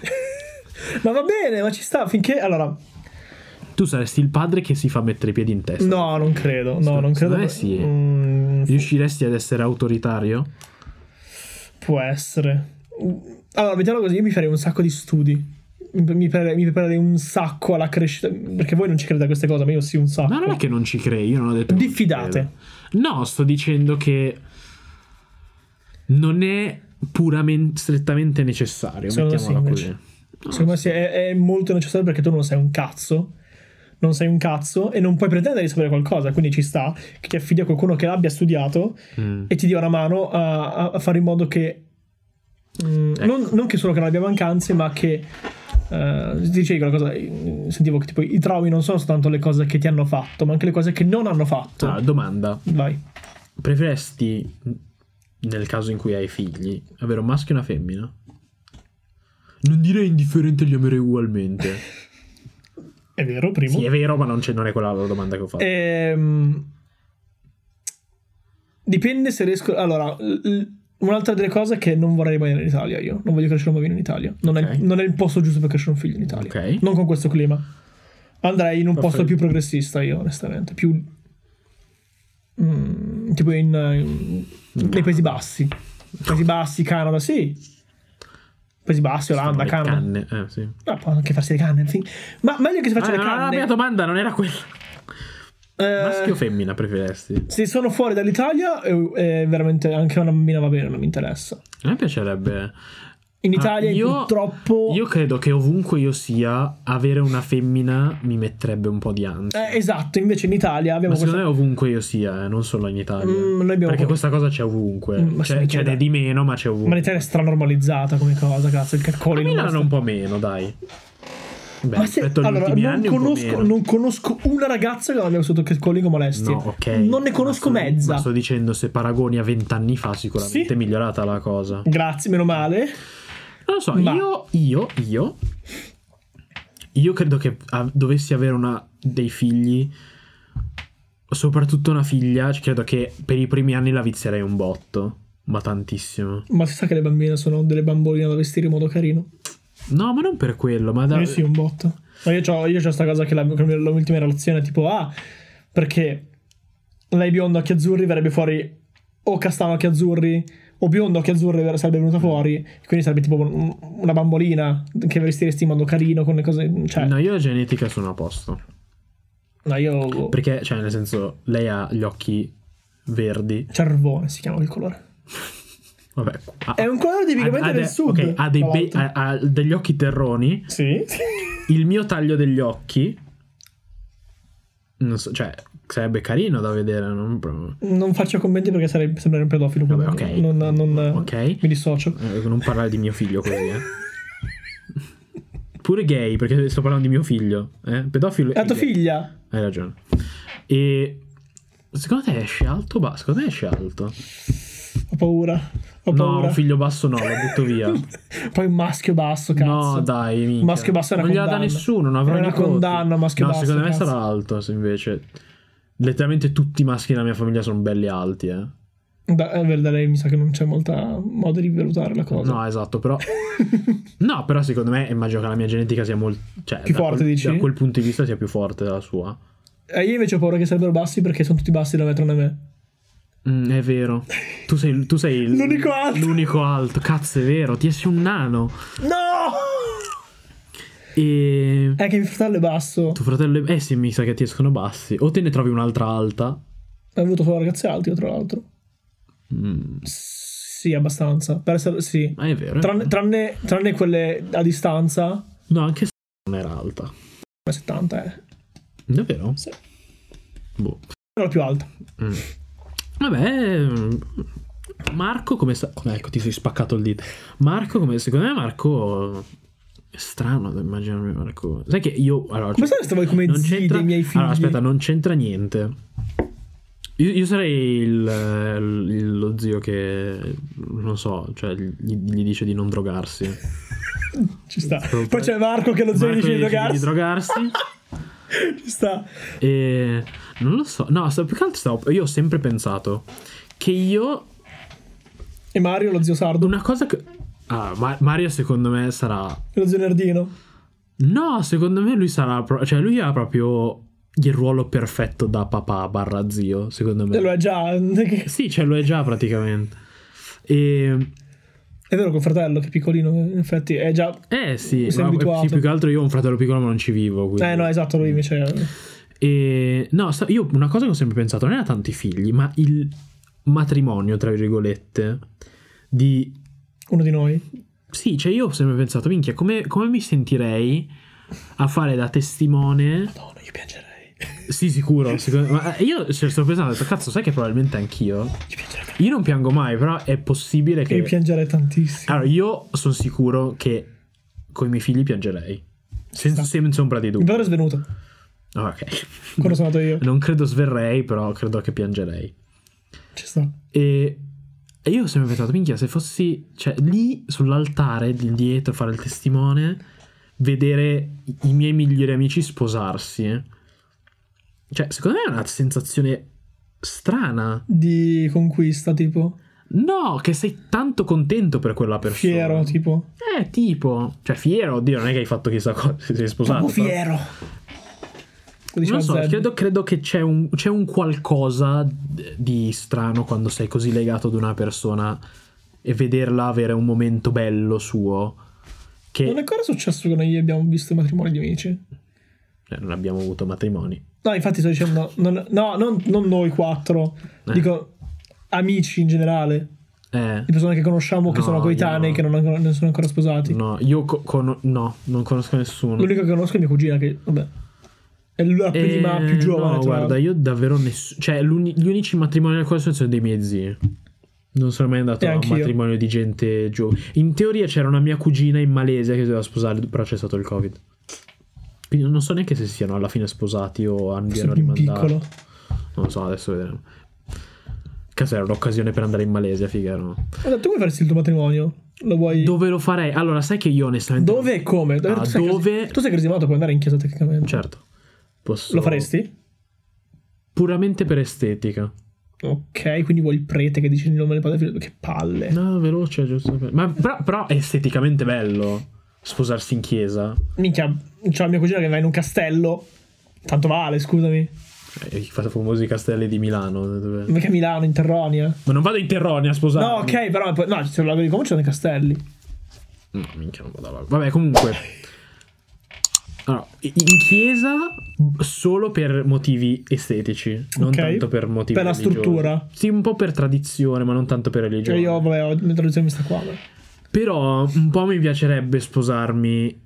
Ma va bene, ma ci sta finché allora Tu saresti il padre che si fa mettere i piedi in testa. No, non credo. No, Secondo non credo. me sì. Mm, Riusciresti ad essere autoritario? Può essere. Mm, Allora, mettiamo così, io mi farei un sacco di studi. Mi mi preparerei, mi preparerei un sacco alla crescita. Perché voi non ci credete a queste cose, ma io sì un sacco. Ma non è che non ci crei, io non ho detto. che non ci Diffidate. credo. No, sto dicendo che non è puramente strettamente necessario. Secondo me mettiamola sì, così. Secondo me sì, è, è molto necessario perché tu non sei un cazzo. Non sei un cazzo e non puoi pretendere di sapere qualcosa. Quindi ci sta che ti affidi a qualcuno che l'abbia studiato Mm. e ti dia una mano a, a- a fare in modo che mm, Ecco. non, non che solo che non abbia mancanze ma che eh, dicevi qualcosa eh, sentivo che tipo i traumi non sono soltanto le cose che ti hanno fatto ma anche le cose che non hanno fatto Ah, domanda: vai preferesti, nel caso in cui hai figli, avere un maschio e una femmina? Non direi indifferente, li amerei ugualmente. è vero primo sì, è vero, ma non, c'è, non è quella la domanda che ho Eh, fatto. Ehm, dipende se riesco allora l- l- un'altra delle cose è che non vorrei rimanere in Italia io non voglio crescere un bambino in Italia non, è, Ok. non è il posto giusto per crescere un figlio in Italia Ok. non con questo clima andrei in un posto Perfetto. più progressista io onestamente più mm, tipo in, in- nei Paesi Bassi Paesi Bassi Canada sì Paesi Bassi Olanda Le Canada canne, eh, sì. ma può anche farsi le canne sì. ma meglio che si faccia Ah, le no, no, canne la mia domanda non era quella. Eh, Maschio o femmina preferesti? Se sono fuori dall'Italia, eh, eh, veramente anche una bambina va bene, non mi interessa. A me piacerebbe. In Ah, Italia, io- purtroppo. Io credo che ovunque io sia, avere una femmina mi metterebbe un po' di ansia. Eh, esatto, invece in Italia abbiamo Ma questa. secondo me ovunque io sia, eh, non solo in Italia. Mm, noi abbiamo- Perché questa cosa c'è ovunque. Mm, ma se c'è mi c'è chiede- di meno, ma c'è Ma ovunque. l'Italia è stranormalizzata come cosa, cazzo. Il A calcolo Milano un po' meno, dai. Beh, Ma se, rispetto agli allora, ultimi non, anni un po' conosco, meno. non conosco una ragazza che non abbia sotto catcalling o molestie. No, ok. Non ne Ma conosco sto- mezza. Ma sto dicendo, se paragoni a vent'anni fa, sicuramente Sì. è migliorata la cosa. Grazie, meno male. Non lo so, Ma- io, io, io, io credo che ah, dovessi avere una, dei figli, soprattutto una figlia, c- credo che per i primi anni la vizierei un botto, ma tantissimo. Ma si sa che le bambine sono delle bamboline da vestire in modo carino. No, ma non per quello, ma da... Io sì, un botto. Ma io ho io c'ho sta cosa che la, che la mia- l'ultima relazione è tipo, ah, perché lei biondo occhi azzurri verrebbe fuori o castano occhi azzurri o biondo occhi azzurri ver- sarebbe Mm. venuta fuori quindi sarebbe tipo un- una bambolina che vestiresti in modo carino con le cose cioè no, No, io genetica sono a posto. io Perché, cioè, nel senso, lei ha gli occhi verdi. cervone si chiama quel colore Vabbè, ha, è un colore tipicamente ha- ha del de- sud ok, ha, dei tra bei- l'altro. ha- ha degli occhi terroni. sì Il mio taglio degli occhi. Non so, cioè, sarebbe carino da vedere. Non proprio- non faccio commenti perché sarei sembrare un pedofilo Vabbè, quindi ok. non, non- Ok. mi dissocio Eh, Non parlare di mio figlio così, eh. Pure gay, perché sto parlando di mio figlio. Eh? Pedofilo. la e tua gay. figlia Hai ragione. E. Secondo te esce alto o basso? Secondo me esce alto. ho paura ho No, paura un figlio basso no, lo butto via. poi un maschio basso cazzo No, dai, minchia. Maschio basso è una Non gliela dà condanna. nessuno, non avrà È una nipoti. condanna, maschio No, basso, secondo me cazzo. sarà alto, se invece... Letteralmente tutti i maschi della mia famiglia sono belli alti, eh. Da, è vero, da lei mi sa che non c'è molta modo di valutare la cosa. No, esatto, però... no, però secondo me immagino che la mia genetica sia molto... Cioè, Più da forte, quel, dici? Da quel punto di vista sia più forte della sua. Eh, io invece ho paura che sarebbero bassi perché sono tutti bassi da metro da me. Mm, è vero. Tu sei, tu sei il- L'unico alto. L'unico alto, cazzo, è vero. Ti esce un nano. No! E... È che mio fratello è basso. Tuo fratello... Eh sì, mi sa che ti escono bassi. O te ne trovi un'altra alta. È venuto solo ragazzi alti, io, tra l'altro. Mm, Sì, abbastanza. Per essere, sì. ma è vero. Tranne, tranne, tranne quelle a distanza. Ma No, anche se non era alta. 70 è. Davvero? eh. Sì. Boh. Era la più alta. Mm. Vabbè, mm, Marco come sta... come- Ecco, ti sei spaccato il dito. Marco come... Secondo me Marco... È strano da immaginarmi Marco. Sai che io... Allora, Come cioè, sareste voi come non zii c'entra... dei miei figli? Allora, aspetta, non c'entra niente. Io, io sarei il- il- lo zio che, non so, cioè gli, gli dice di non drogarsi. Ci sta. Poi c'è Marco che lo zio Marco dice di gli drogarsi. Di drogarsi. Ci sta. E non lo so, no, sta- più che altro stavo- io ho sempre pensato che io E Mario lo zio sardo. una cosa che ah, Ma- Mario secondo me sarà Lo zio nerdino. No, secondo me lui sarà pro- cioè lui ha proprio il ruolo perfetto da papà barra zio, secondo E lo me. è già. È Sì, cioè lo è già praticamente. E vero col fratello che è piccolino, in effetti. È già... eh sì, Mi sei ma- abituato. sì, più che altro io ho un fratello piccolo ma non ci vivo, quindi. Eh no, esatto, lui invece... E no, sta- io una cosa che ho sempre pensato non era tanti figli, ma il matrimonio tra virgolette di Uno di noi. Sì, cioè io ho sempre pensato, minchia, come, come mi sentirei a fare da testimone? Madonna, io piangerei. Sì, sicuro. secondo- ma eh, io ci sto pensando, ho detto, cazzo, sai che probabilmente anch'io. Io piangerei, Io non piango mai, però è possibile che. io piangerei tantissimo. Allora, io sono sicuro che con i miei figli piangerei. Senza, senza ombra di Mio dubbio. padre è svenuto Ah, ok. quando sono andato io. Non credo sverrei, però credo che piangerei. Ci sta. E, e io ho sempre pensato, minchia, se fossi cioè, lì sull'altare, lì dietro, fare il testimone, vedere i, i miei migliori amici sposarsi. eh." Cioè, secondo me è una sensazione strana. Di conquista, tipo. No, che sei tanto contento per quella persona. Fiero, tipo. Eh, tipo. Cioè, fiero, oddio, non è che hai fatto chissà cosa, se sei sposato. Proprio però- fiero. diciamo, Lo diceva Non so, Zeb. credo, credo che c'è un, c'è un qualcosa d- di strano quando sei così legato ad una persona e vederla avere un momento bello suo che Non è ancora successo che noi abbiamo visto i matrimoni di amici. Eh, non abbiamo avuto matrimoni. No, infatti sto dicendo... non- no, non, non noi quattro. Eh. Dico amici in generale. Eh, Di persone che conosciamo, che No, sono coetanei, io- che non, ancora- non sono ancora sposati. no, io co- con- no, non conosco nessuno. L'unica che conosco è mia cugina, che vabbè. È la Eh, prima più giovane. No, tra guarda, l'altro. io davvero nessuno. Cioè, l'uni- gli unici matrimoni al quale sono sono dei miei zii. Non sono mai andato E a un anch'io. matrimonio di gente giovane. In teoria c'era una mia cugina in Malesia che si doveva sposare, però c'è stato il Covid. Quindi non so neanche se siano alla fine sposati o Forse abbiano più in rimandato. piccolo. Non lo so, adesso vedremo. Cazzo, era un'occasione per andare in Malesia, figa, no? Ma tu vuoi farsi il tuo matrimonio? Lo vuoi... Dove lo farei? Allora, sai che io onestamente... Dove e come? Ah, tu, sei dove- cresi- tu sei cresimato, puoi andare in chiesa tecnicamente. Certo. Posso... Lo faresti? Puramente per estetica. Ok, quindi vuoi il prete che dice il nome del padre e del figlio. Che palle. No, veloce, giusto. per- Ma però, però è esteticamente bello sposarsi in chiesa. Minchia, c'è la mia cugina che va in un castello. Tanto vale, scusami. eh, i famosi castelli di Milano. eh, dove- Mica a Milano, in Terronia. Ma non vado in Terronia a sposarmi. No, ok, però poi- no, c'è la di Como ci sono i castelli. Mm, minchia, non vado a Lago. Vabbè, comunque. Allora, in chiesa solo per motivi estetici, non Ok. tanto per motivi Per la religiosi. struttura. Sì, un po' per tradizione, ma non tanto per Cioè religione. io, vabbè, ho mi traduzione questa qua. vabbè. Però un po' mi piacerebbe sposarmi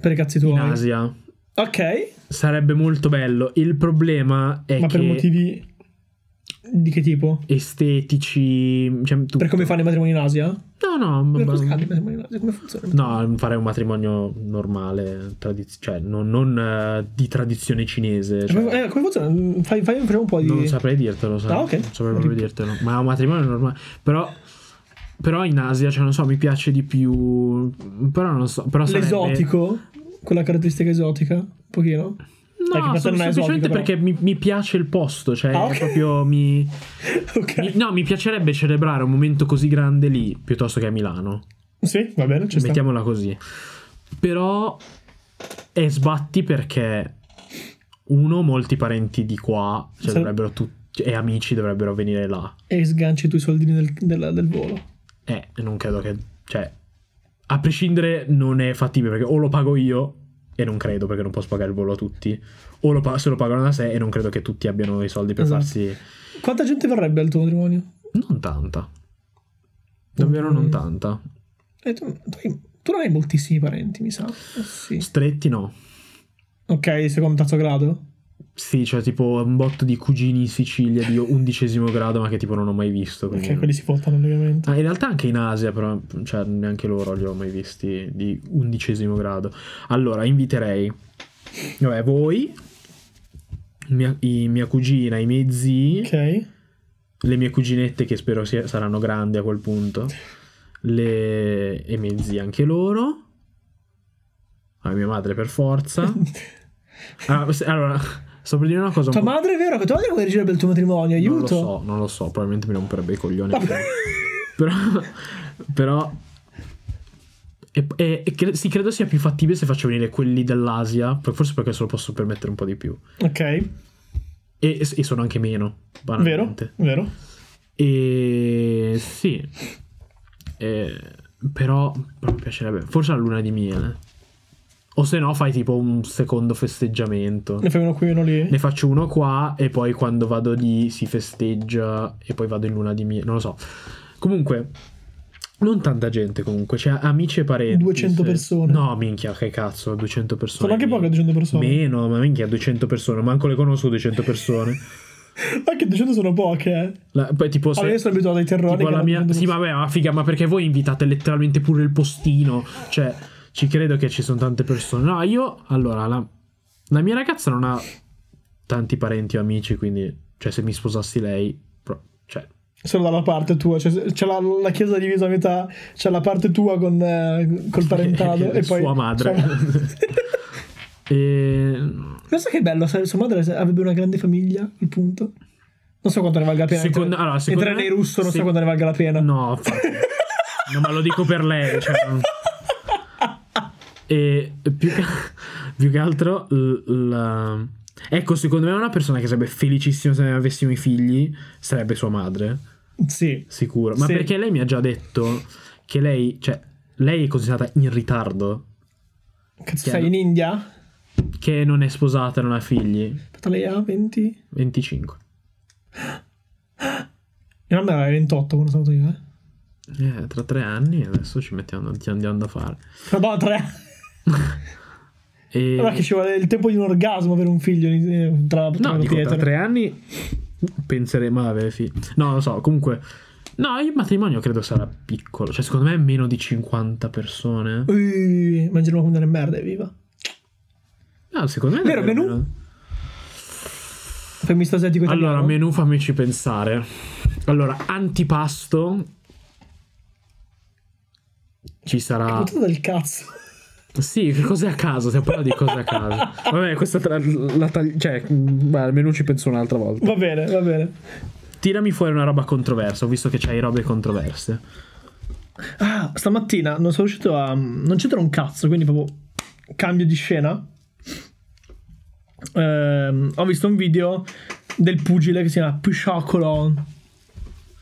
Per i cazzi tuoi. in Asia. Ok, Sarebbe molto bello. Il problema è ma che per motivi di che tipo? estetici, cioè, tutto. Per come fanno i matrimoni in Asia? No, no, Per ma- cosa fanno i matrimoni in Asia? Come funziona? No, farei un matrimonio normale, tradiz- cioè non, non, eh, di tradizione cinese. cioè, Eh, come funziona? Fai, fai facciamo un po' di... Non saprei dirtelo, sai. Ah, ok. Non saprei proprio dirtelo. Ma è un matrimonio normale. Però, però in Asia, cioè, non so, mi piace di più. Però non so. Però sarebbe... L'esotico? Quella caratteristica esotica? Un pochino? Dai, Cioè, che per No, te sem- non è semplicemente esotico, però. perché mi, mi piace il posto. Cioè, Ah, ok. proprio mi, Ok. mi- No, mi piacerebbe celebrare un momento così grande lì piuttosto che a Milano. Sì, va bene, ci sta. mettiamola così. Però è sbatti perché uno, molti parenti di qua, cioè Sì. dovrebbero tutti e amici dovrebbero venire là. E sganci tu i soldini del, della- del volo. Eh, non credo che cioè a prescindere non è fattibile perché o lo pago io e non credo perché non posso pagare il volo a tutti, o lo pa- se lo pagano da sé e non credo che tutti abbiano i soldi per Esatto. farsi Quanta gente vorrebbe al tuo matrimonio? non tanta. Davvero non Mm. tanta. Eh, tu, tu hai- tu non hai moltissimi parenti, mi sa. Eh, sì. Stretti no. Ok, secondo terzo grado? Sì, cioè tipo un botto di cugini in Sicilia di undicesimo grado, ma che tipo non ho mai visto. quindi- Ok, quelli si portano ovviamente. Ah, in realtà anche in Asia, però cioè, neanche loro li ho mai visti di undicesimo grado. Allora, inviterei vabbè, voi, mia, i- mia cugina, i miei zii, Ok. le mie cuginette che spero sia- saranno grandi a quel punto, le, e i miei zii anche loro. Ah, mia madre per forza. Ah, se- allora, sto per dire una cosa un Tua po' madre è vero che tua madre vuole per il tuo matrimonio, Non lo aiuto. Ah, so, non lo so, probabilmente mi romperebbe i coglioni. Vabbè. Però, però e- e- e cre- sì, credo sia più fattibile se faccio venire quelli dell'Asia, per- forse perché se lo posso permettere un po' di più. Ok, E, e sono anche meno, vero? banalmente. Vero? E sì, E- però, però mi piacerebbe, forse la luna di miele. O se no fai tipo un secondo festeggiamento. Ne fai uno qui e uno lì? Ne faccio uno qua e poi quando vado lì si festeggia e poi vado in luna di miele, non lo so. Comunque, non tanta gente comunque, cioè amici e parenti. 200 persone. No, minchia, che cazzo, 200 persone. Sono anche poche 200 persone. Meno, ma minchia, 200 persone, manco le conosco 200 persone. Anche 200 Ah, sono poche, eh. La- poi tipo se... Allora io sono abituato ai terrori. tipo che la hanno mia... venduto- Sì, vabbè, ma figa, ma perché voi invitate letteralmente pure il postino? Cioè, ci credo che ci sono tante persone. No, io, allora, la, la mia ragazza non ha tanti parenti o amici, quindi, cioè, se mi sposassi lei, pro- cioè, Solo dalla parte tua, cioè, se- c'è la, la chiesa divisa a metà, c'è la parte tua con, eh, col parentado e poi... sua madre. E- Pensa che bello, se sua madre avrebbe una grande famiglia, il punto. Non so quanto ne valga la pena. Secondo- entrare, allora, secondo entrare me- nei russo non se- so quanto ne valga la pena. No, infatti. no, ma lo dico per lei. Cioè, non- E più che, più che altro, l- la- ecco, secondo me una persona che sarebbe felicissima se ne avessimo i figli sarebbe sua madre, Sì. sicuro. Ma Sì. perché lei mi ha già detto che lei, cioè, lei è considerata in ritardo, Cazzo, Chiaro. sei in India? che non è sposata, non ha figli. Aspetta, lei ha 20? 25. Mia nonna aveva 28 quando sono venuto io, eh. Eh, tra tre anni adesso ci mettiamo, ci andiamo da fare. Madonna, tre. E... Allora che ci vuole il tempo di un orgasmo per un figlio eh, tra, tra No, dico, tra pietre. tre anni penseremo ad avere figli. No, non lo so, comunque... No, il matrimonio credo sarà piccolo. Cioè, secondo me meno di 50 persone. Ui, mangeremo come delle merde, viva. No, secondo me... Vero, davvero menù? meno. Poi mi sta sentendo Allora, menù fammici pensare. Allora, antipasto... Ci sarà... del cazzo. Sì, che cose a caso, stiamo parlando di cose a caso. Vabbè, questa tra- la tagli- Cioè, mh, beh, al menù ci penso un'altra volta. Va bene, va bene. Tirami fuori una roba controversa, ho visto che c'hai robe controverse. Ah, stamattina non sono riuscito a. Non c'entra un cazzo, quindi proprio cambio di scena. ehm, ho visto un video del pugile che si chiama Pisciacolon.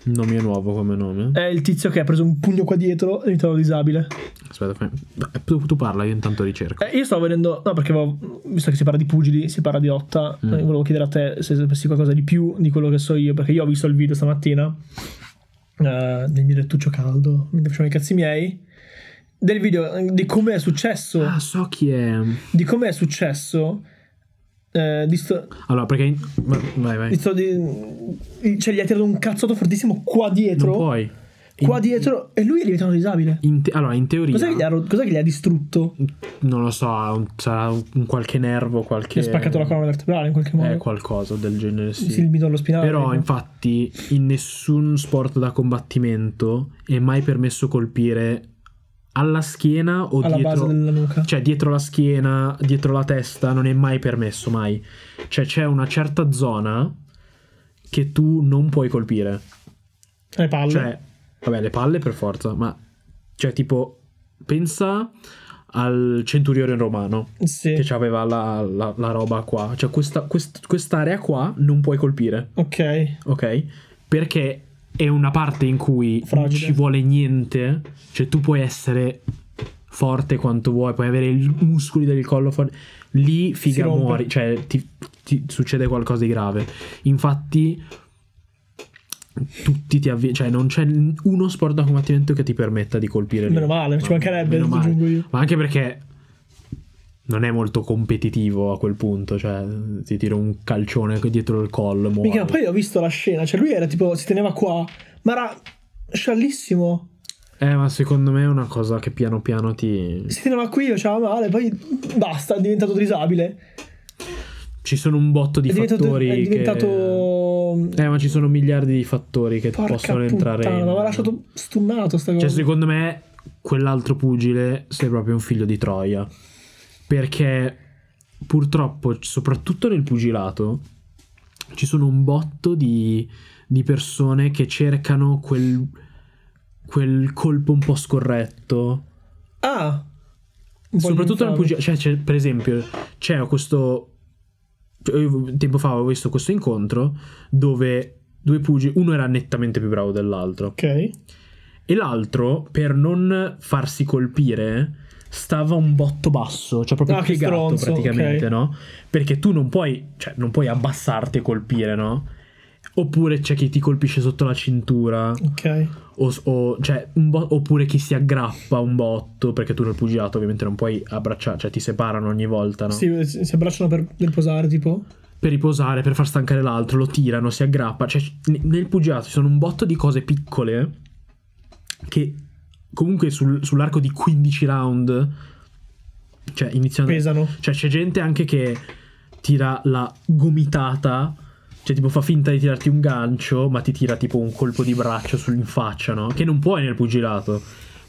Nome nuovo come nome. È il tizio che ha preso un pugno qua dietro e è diventato disabile. Aspetta, fai- Beh, tu, tu parla, io intanto ricerco. Eh, io stavo vedendo, no, perché avevo- visto che si parla di pugili, si parla di lotta, eh, volevo chiedere a te se sapessi qualcosa di più di quello che so io, perché io ho visto il video stamattina eh, del mio lettuccio caldo, mi facevano i cazzi miei, del video eh, di come è successo, Ah, so chi è. di come è successo, eh, di sto- Allora, perché. in- va- Vai, di vai. sto- di- cioè gli ha tirato un cazzotto fortissimo qua Non dietro, puoi. qua In- dietro, e lui è diventato disabile. in te- allora, in teoria. Cos'è che gli ha, ro- cos'è che gli ha distrutto? Non lo so, ha un- sarà un qualche nervo, qualche. Gli ha spaccato la colonna vertebrale in qualche modo. Eh, qualcosa del genere, sì. Sì, il midollo spinale. Però, ecco. infatti, in nessun sport da combattimento è mai permesso colpire alla schiena o alla dietro. base della nuca. Cioè, dietro la schiena, dietro la testa, non è mai permesso, mai. Cioè, c'è una certa zona che tu non puoi colpire. Le palle. Cioè, vabbè, le palle per forza, ma... Cioè, tipo, pensa al centurione romano sì. che aveva la, la- la roba qua. Cioè, questa, quest- quest'area qua non puoi colpire, Ok. ok? Perché è una parte in cui non Fragile. ci vuole niente. Cioè, tu puoi essere forte quanto vuoi, puoi avere i muscoli del collo forte. Lì, figa, rompe. muori. Cioè, ti, ti succede qualcosa di grave. Infatti... Tutti ti avvi- cioè non c'è uno sport da combattimento che ti permetta di colpire lì. Meno male, ci mancherebbe. Meno ti male. giungo io. Ma anche perché non è molto competitivo a quel punto, cioè ti tiro un calcione dietro il collo. muori. Mica, ma poi ho visto la scena. Cioè, lui era tipo, si teneva qua, ma era sciallissimo. Eh, ma secondo me è una cosa che piano piano ti... Si teneva qui, faceva male, poi basta, è diventato disabile. Ci sono un botto di è diventato. fattori è diventato- che... Eh, ma ci sono miliardi di fattori che Porca Eh, possono puttana, entrare in... ma mi ha lasciato stunnato sta cosa. Cioè, secondo me, quell'altro pugile sei proprio un figlio di Troia. Perché purtroppo, soprattutto nel pugilato, ci sono un botto di, di persone che cercano quel, quel colpo un po' scorretto. ah! Un po' Soprattutto nel infame. pugilato, cioè, c'è- per esempio, c'è questo. cioè, io Tempo fa avevo visto questo incontro dove due pugili, uno era nettamente più bravo dell'altro. Ok. E l'altro, per non farsi colpire, stava un botto basso, cioè proprio Ah, che piegato stronzo, praticamente, ok. no? Perché tu non puoi, cioè, non puoi abbassarti e colpire, no? Oppure c'è chi ti colpisce sotto la cintura, Ok. o- o- cioè, un bo- oppure chi si aggrappa un botto, perché tu nel pugilato ovviamente non puoi abbracciare, cioè ti separano ogni volta, no? Sì, si, si abbracciano per, per posare, tipo. per riposare, per far stancare l'altro, lo tirano, si aggrappa. Cioè, n- nel pugilato ci sono un botto di cose piccole che comunque sul- sull'arco di 15 round, cioè iniziano... Pesano. Cioè c'è gente anche che tira la gomitata, cioè tipo fa finta di tirarti un gancio, ma ti tira tipo un colpo di braccio sull'in faccia, no? Che non puoi nel pugilato.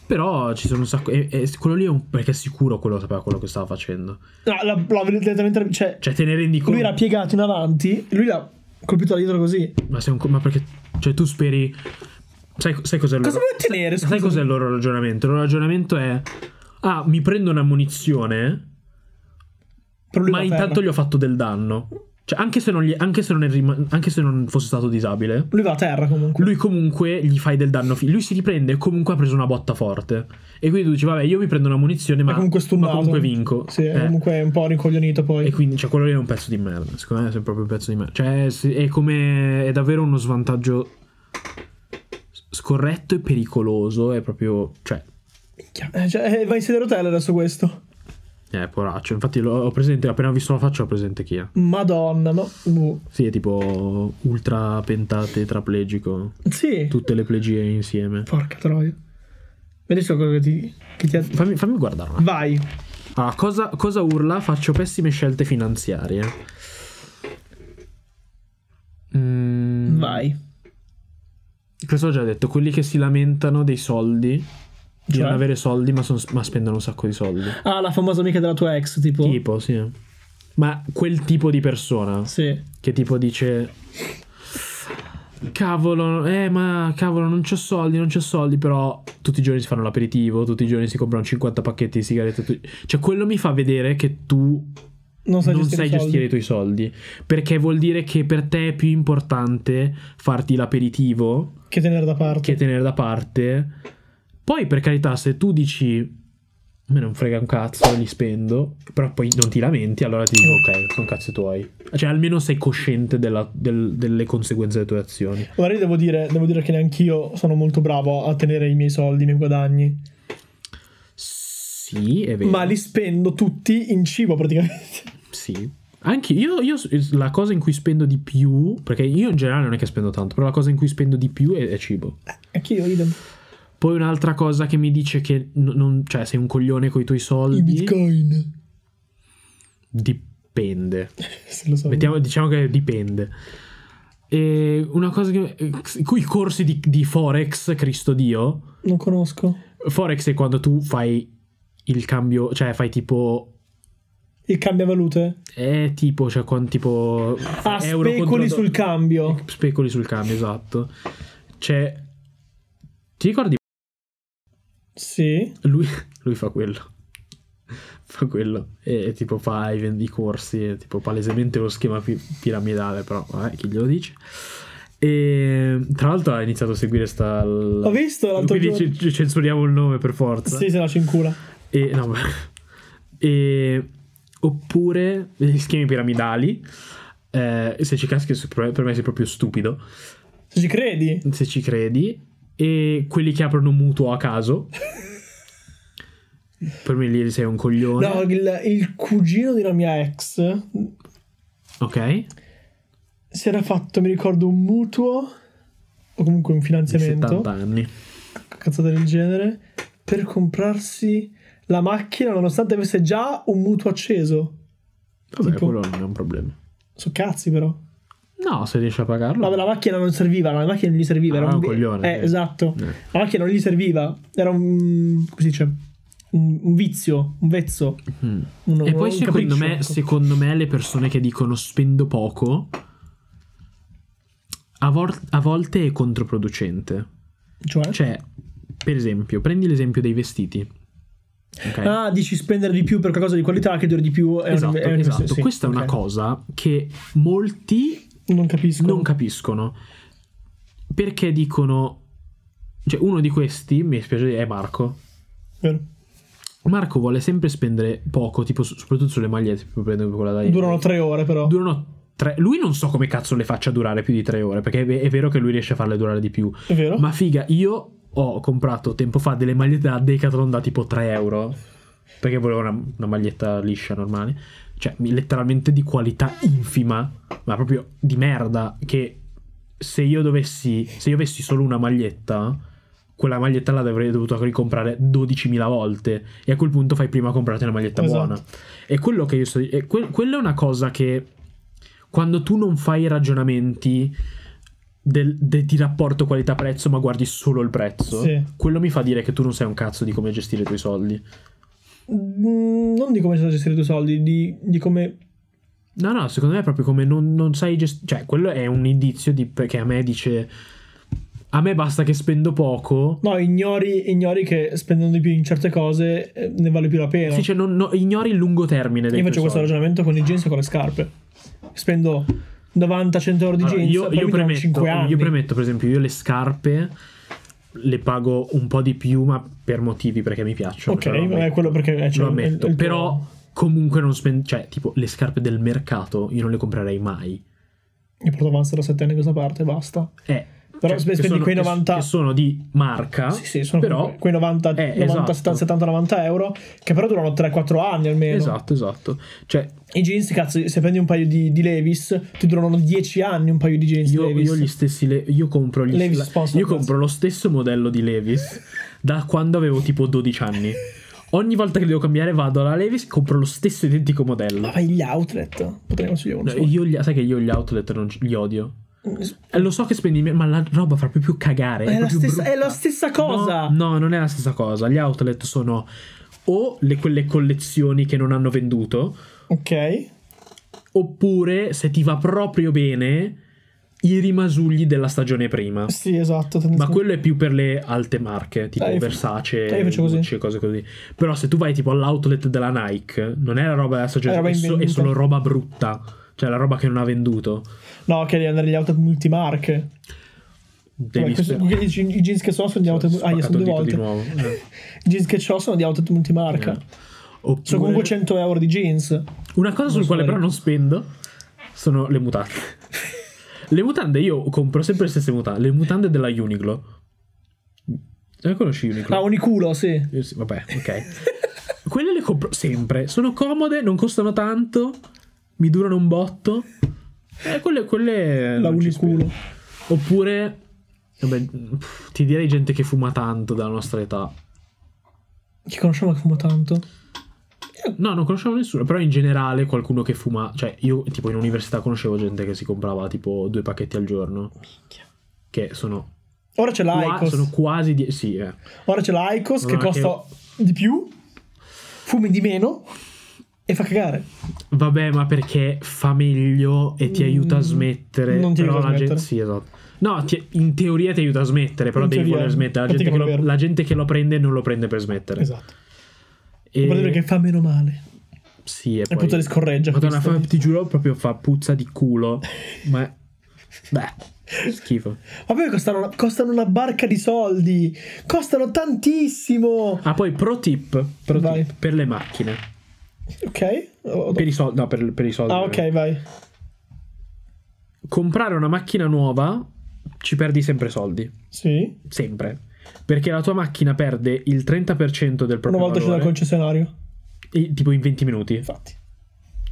Però ci sono un sacco... E, e quello lì è un... perché è sicuro quello sapeva quello che stava facendo. No, Ah, la, la, direttamente- cioè, Cioè te ne rendi conto... Lui era piegato in avanti, lui l'ha colpito da dietro così. Ma, sei un co- ma perché? Cioè, tu speri. Sai, sai cos'è il loro. Cosa vuoi ottenere? sai scusa? cos'è il loro ragionamento? Il loro ragionamento è. Ah, mi prendo una munizione. Per lui Ma va a terra. intanto gli ho fatto del danno. Cioè, anche se non, gli- anche se non è rima- anche se non fosse stato disabile. Lui va a terra comunque. Lui comunque gli fai del danno. fi- lui si riprende e comunque ha preso una botta forte. E quindi tu dici, vabbè, io mi prendo una munizione, ma, è comunque ma stunnato. comunque vinco. Sì, è Eh. comunque un po' rincoglionito poi. E quindi, cioè, quello lì è un pezzo di merda. Secondo me è proprio un pezzo di merda. Cioè, sì, è come. È davvero uno svantaggio s- scorretto e pericoloso. È proprio. Cioè. Minchia. Eh, cioè, eh, va in sedia a rotelle adesso questo. È poraccio. Infatti, l'ho ho presente. Appena ho visto la faccia, ho presente chi è. Madonna, ma... boh. Sì, è tipo. Ultra pentatetraplegico. Sì. Tutte le plegie insieme. Porca troia. Vedi solo quello che ti... Che ti ha- Fammi, fammi guardare un attimo. Vai. Allora, cosa, cosa urla? Faccio pessime scelte finanziarie. Mm. Vai. Questo ho già detto, quelli che si lamentano dei soldi, di Cioè? non avere soldi ma, son- ma spendono un sacco di soldi. Ah, la famosa amica della tua ex, tipo. Tipo, sì. Ma quel tipo di persona Sì. che tipo dice... Cavolo, eh ma cavolo non c'ho soldi, non c'ho soldi, però tutti i giorni si fanno l'aperitivo, tutti i giorni si comprano 50 pacchetti di sigarette. tu- Cioè quello mi fa vedere che tu Non sai non gestire sai i soldi. gestire i tuoi soldi. Perché vuol dire che per te è più importante farti l'aperitivo Che tenere da parte. che tenere da parte. Poi, per carità, se tu dici me non frega un cazzo, li spendo, però poi non ti lamenti, allora ti dico ok, sono cazzi tuoi. Cioè, almeno sei cosciente della- del- delle conseguenze delle tue azioni. Allora io devo dire, devo dire che neanch'io sono molto bravo a tenere i miei soldi, i miei guadagni. Sì, è vero. Ma li spendo tutti in cibo praticamente. Sì. Anche io, io s- la cosa in cui spendo di più, perché io in generale non è che spendo tanto, però la cosa in cui spendo di più è, è cibo. Anch'io, idem. Poi un'altra cosa che mi dice che n- non- cioè, sei un coglione con i tuoi soldi. I bitcoin. Dipende. Se lo so. Mettiamo- diciamo che dipende. E una cosa che. eh, Qui i corsi di, di Forex, Cristo Dio. Non conosco. Forex è quando tu fai il cambio, cioè fai tipo. Il cambiavalute? È tipo, cioè, con tipo. Ah, euro contro speculi do- sul cambio. Specoli sul cambio, esatto. Cioè. Ti ricordi? Sì. Lui, lui fa quello. Fa quello. E, e tipo fa i, ven- i corsi. è tipo palesemente lo schema pi- piramidale, però vabbè, chi glielo dice. E tra l'altro ha iniziato a seguire sta. Ho visto l'altro Quindi giorno. c- c- censuriamo il nome per forza. Sì, se lascio in cura. E, no, ma- e- oppure gli schemi piramidali. eh, se ci caschi su- per me sei proprio stupido Se ci credi. se ci credi, e quelli che aprono un mutuo a caso. per me lì sei un coglione. No, il, il cugino di una mia ex Ok. si era fatto, mi ricordo, un mutuo o comunque un Di finanziamento, 70 anni. cazzata del genere, per comprarsi la macchina nonostante avesse già un mutuo acceso. Vabbè, Tipo- quello non è un problema. So cazzi però. No, se riesci a pagarlo. Vabbè, la macchina non serviva, la macchina non gli serviva. Ah, era un ve- coglione, Eh, sì. esatto. Eh. La macchina non gli serviva, era un... come si dice? Un, un vizio, un vezzo. Mm. uno- E poi un secondo capriccio, me, ecco. secondo me le persone che dicono spendo poco a, vol- a volte è controproducente. Cioè? Cioè, per esempio, prendi l'esempio dei vestiti. Ok. Ah, dici spendere di più per qualcosa di qualità che dura di più. È un- esatto, è un- esatto. sì, Questa è ok. una cosa che molti Non capisco. non capiscono perché dicono cioè uno di questi mi spiace dire, è Marco Vero. Marco vuole sempre spendere poco tipo su- soprattutto sulle magliette tipo, prendo quella da- Durano tre ore, però. durano tre lui non so come cazzo le faccia durare più di tre ore perché è, ve- è vero che lui riesce a farle durare di più è vero? ma figa io ho comprato tempo fa delle magliette da Decathlon da tipo 3 euro perché volevo una, una maglietta liscia normale cioè mi- letteralmente di qualità infima ma proprio di merda che se io dovessi se io avessi solo una maglietta quella maglietta la avrei dovuto ricomprare 12.000 volte e a quel punto fai prima a comprarti una maglietta Esatto. buona e quello che io sto e que- quella è una cosa che quando tu non fai i ragionamenti del- de- di rapporto qualità-prezzo ma guardi solo il prezzo Sì. quello mi fa dire che tu non sai un cazzo di come gestire i tuoi soldi Mm, non di come si gestire i tuoi soldi, di, di come. No, no, secondo me è proprio come non, non sai gestire. Cioè, quello è un indizio di perché a me dice. A me basta che spendo poco. No, ignori, ignori che spendendo di più in certe cose eh, ne vale più la pena. Si dice, cioè, non- no, ignori il lungo termine. Dei Io faccio tuoi questo soldi. ragionamento con i jeans e con le scarpe. Spendo 90-100 euro di Allora, jeans. io, poi mi io durano premetto, 5 anni. io premetto, per esempio, io le scarpe le pago un po' di più, ma per motivi perché mi piacciono. ok, cioè, lo è ammetto. quello perché. eh, cioè, lo ammetto. è il tuo- però comunque non spendo. Cioè, tipo, le scarpe del mercato io non le comprerei mai. Io porto avanza da 7 anni a questa parte, basta. Eh, Però cioè, spe- che spendi sono- quei che- 90 che sono di marca. Sì, sì, sono Eh? però, quei 90, Eh, 90 esatto. 70, 90 euro che però durano 3-4 anni almeno. Esatto, esatto. Cioè, I jeans, cazzo, se prendi un paio di, di Levis, ti durano 10 anni un paio di jeans io, Levis. io gli stessi le- io compro gli Levi's la- sponsor, io compro lo stesso modello di Levis da quando avevo tipo 12 anni. Ogni volta che devo cambiare vado alla Levis, compro lo stesso identico Ma modello. vai gli outlet, potremmo scegliere uno No, solo. io gli- sai che io gli outlet non ci- li odio. Eh, Lo so che spendi me- ma la roba fa proprio cagare. È la, proprio stessa, brutta. è la stessa cosa. No, no, non è la stessa cosa. Gli outlet sono o le- quelle collezioni che non hanno venduto, Ok. oppure se ti va proprio bene i rimasugli della stagione prima. Sì, esatto. Ma tendenzialmente. quello è più per le alte marche, tipo Dai, io fa- Versace, dai, io faccio così. Gucci e cose così. Però se tu vai tipo all'outlet della Nike, non è la roba della stagione, È roba è, so- è invenduta. solo roba brutta, cioè la roba che non ha venduto. No, che devi andare agli auto multimarche. Devi Vabbè, questo- sper- I jeans- i jeans che sono sono di auto. Ah, io spaccato sono due il dito volte. di nuovo. Eh, I jeans che ho sono di auto multimarca. eh. Oppure- Sono comunque 100 euro di jeans. Una cosa sul so quale dire. però non spendo sono le mutande. le mutande io compro sempre le stesse mutande, le mutande della Uniqlo. La conosci Uniqlo? Ah, ogni culo, sì. Eh, sì, Vabbè, ok. Quelle le compro sempre. Sono comode, non costano tanto, mi durano un botto. Eh, quelle, quelle La non ci uniculo. spendo. Oppure vabbè, pff, ti direi gente che fuma tanto dalla nostra età. Chi conosciamo che fuma tanto? No, non conoscevo nessuno, però in generale qualcuno che fuma, cioè io tipo in università conoscevo gente che si comprava tipo due pacchetti al giorno, che sono, Ora c'è qua- l'Aicos. sono quasi die- sì, eh. Ora c'è l'Aicos che Allora, che- costa di più, fumi di meno e fa cagare. Vabbè, ma perché fa meglio e ti aiuta a smettere. Mm, non ti però aiuta a la gente- smettere. sì, esatto. No, ti- in teoria ti aiuta a smettere, però In devi teoria, voler smettere. La infatti gente, che che non è lo, vero. la gente che lo prende non lo prende per smettere. Esatto. E- Vuol dire che fa meno male. Sì, e E poi... poi te le scorreggia. Madonna, questo. fa- ti giuro, proprio fa puzza di culo. ma... Beh, schifo. Vabbè, costano una, costano una barca di soldi. Costano tantissimo. Ah, poi pro tip, pro Vai. tip per le macchine. Ok? Oh, Per i soldi, no, per, per i soldi. Ah, ok, vai. Comprare una macchina nuova ci perdi sempre soldi, Sì. sempre. Perché la tua macchina perde il 30% del Una proprio volta c'è dal valore, concessionario. e- tipo in 20 minuti. Infatti.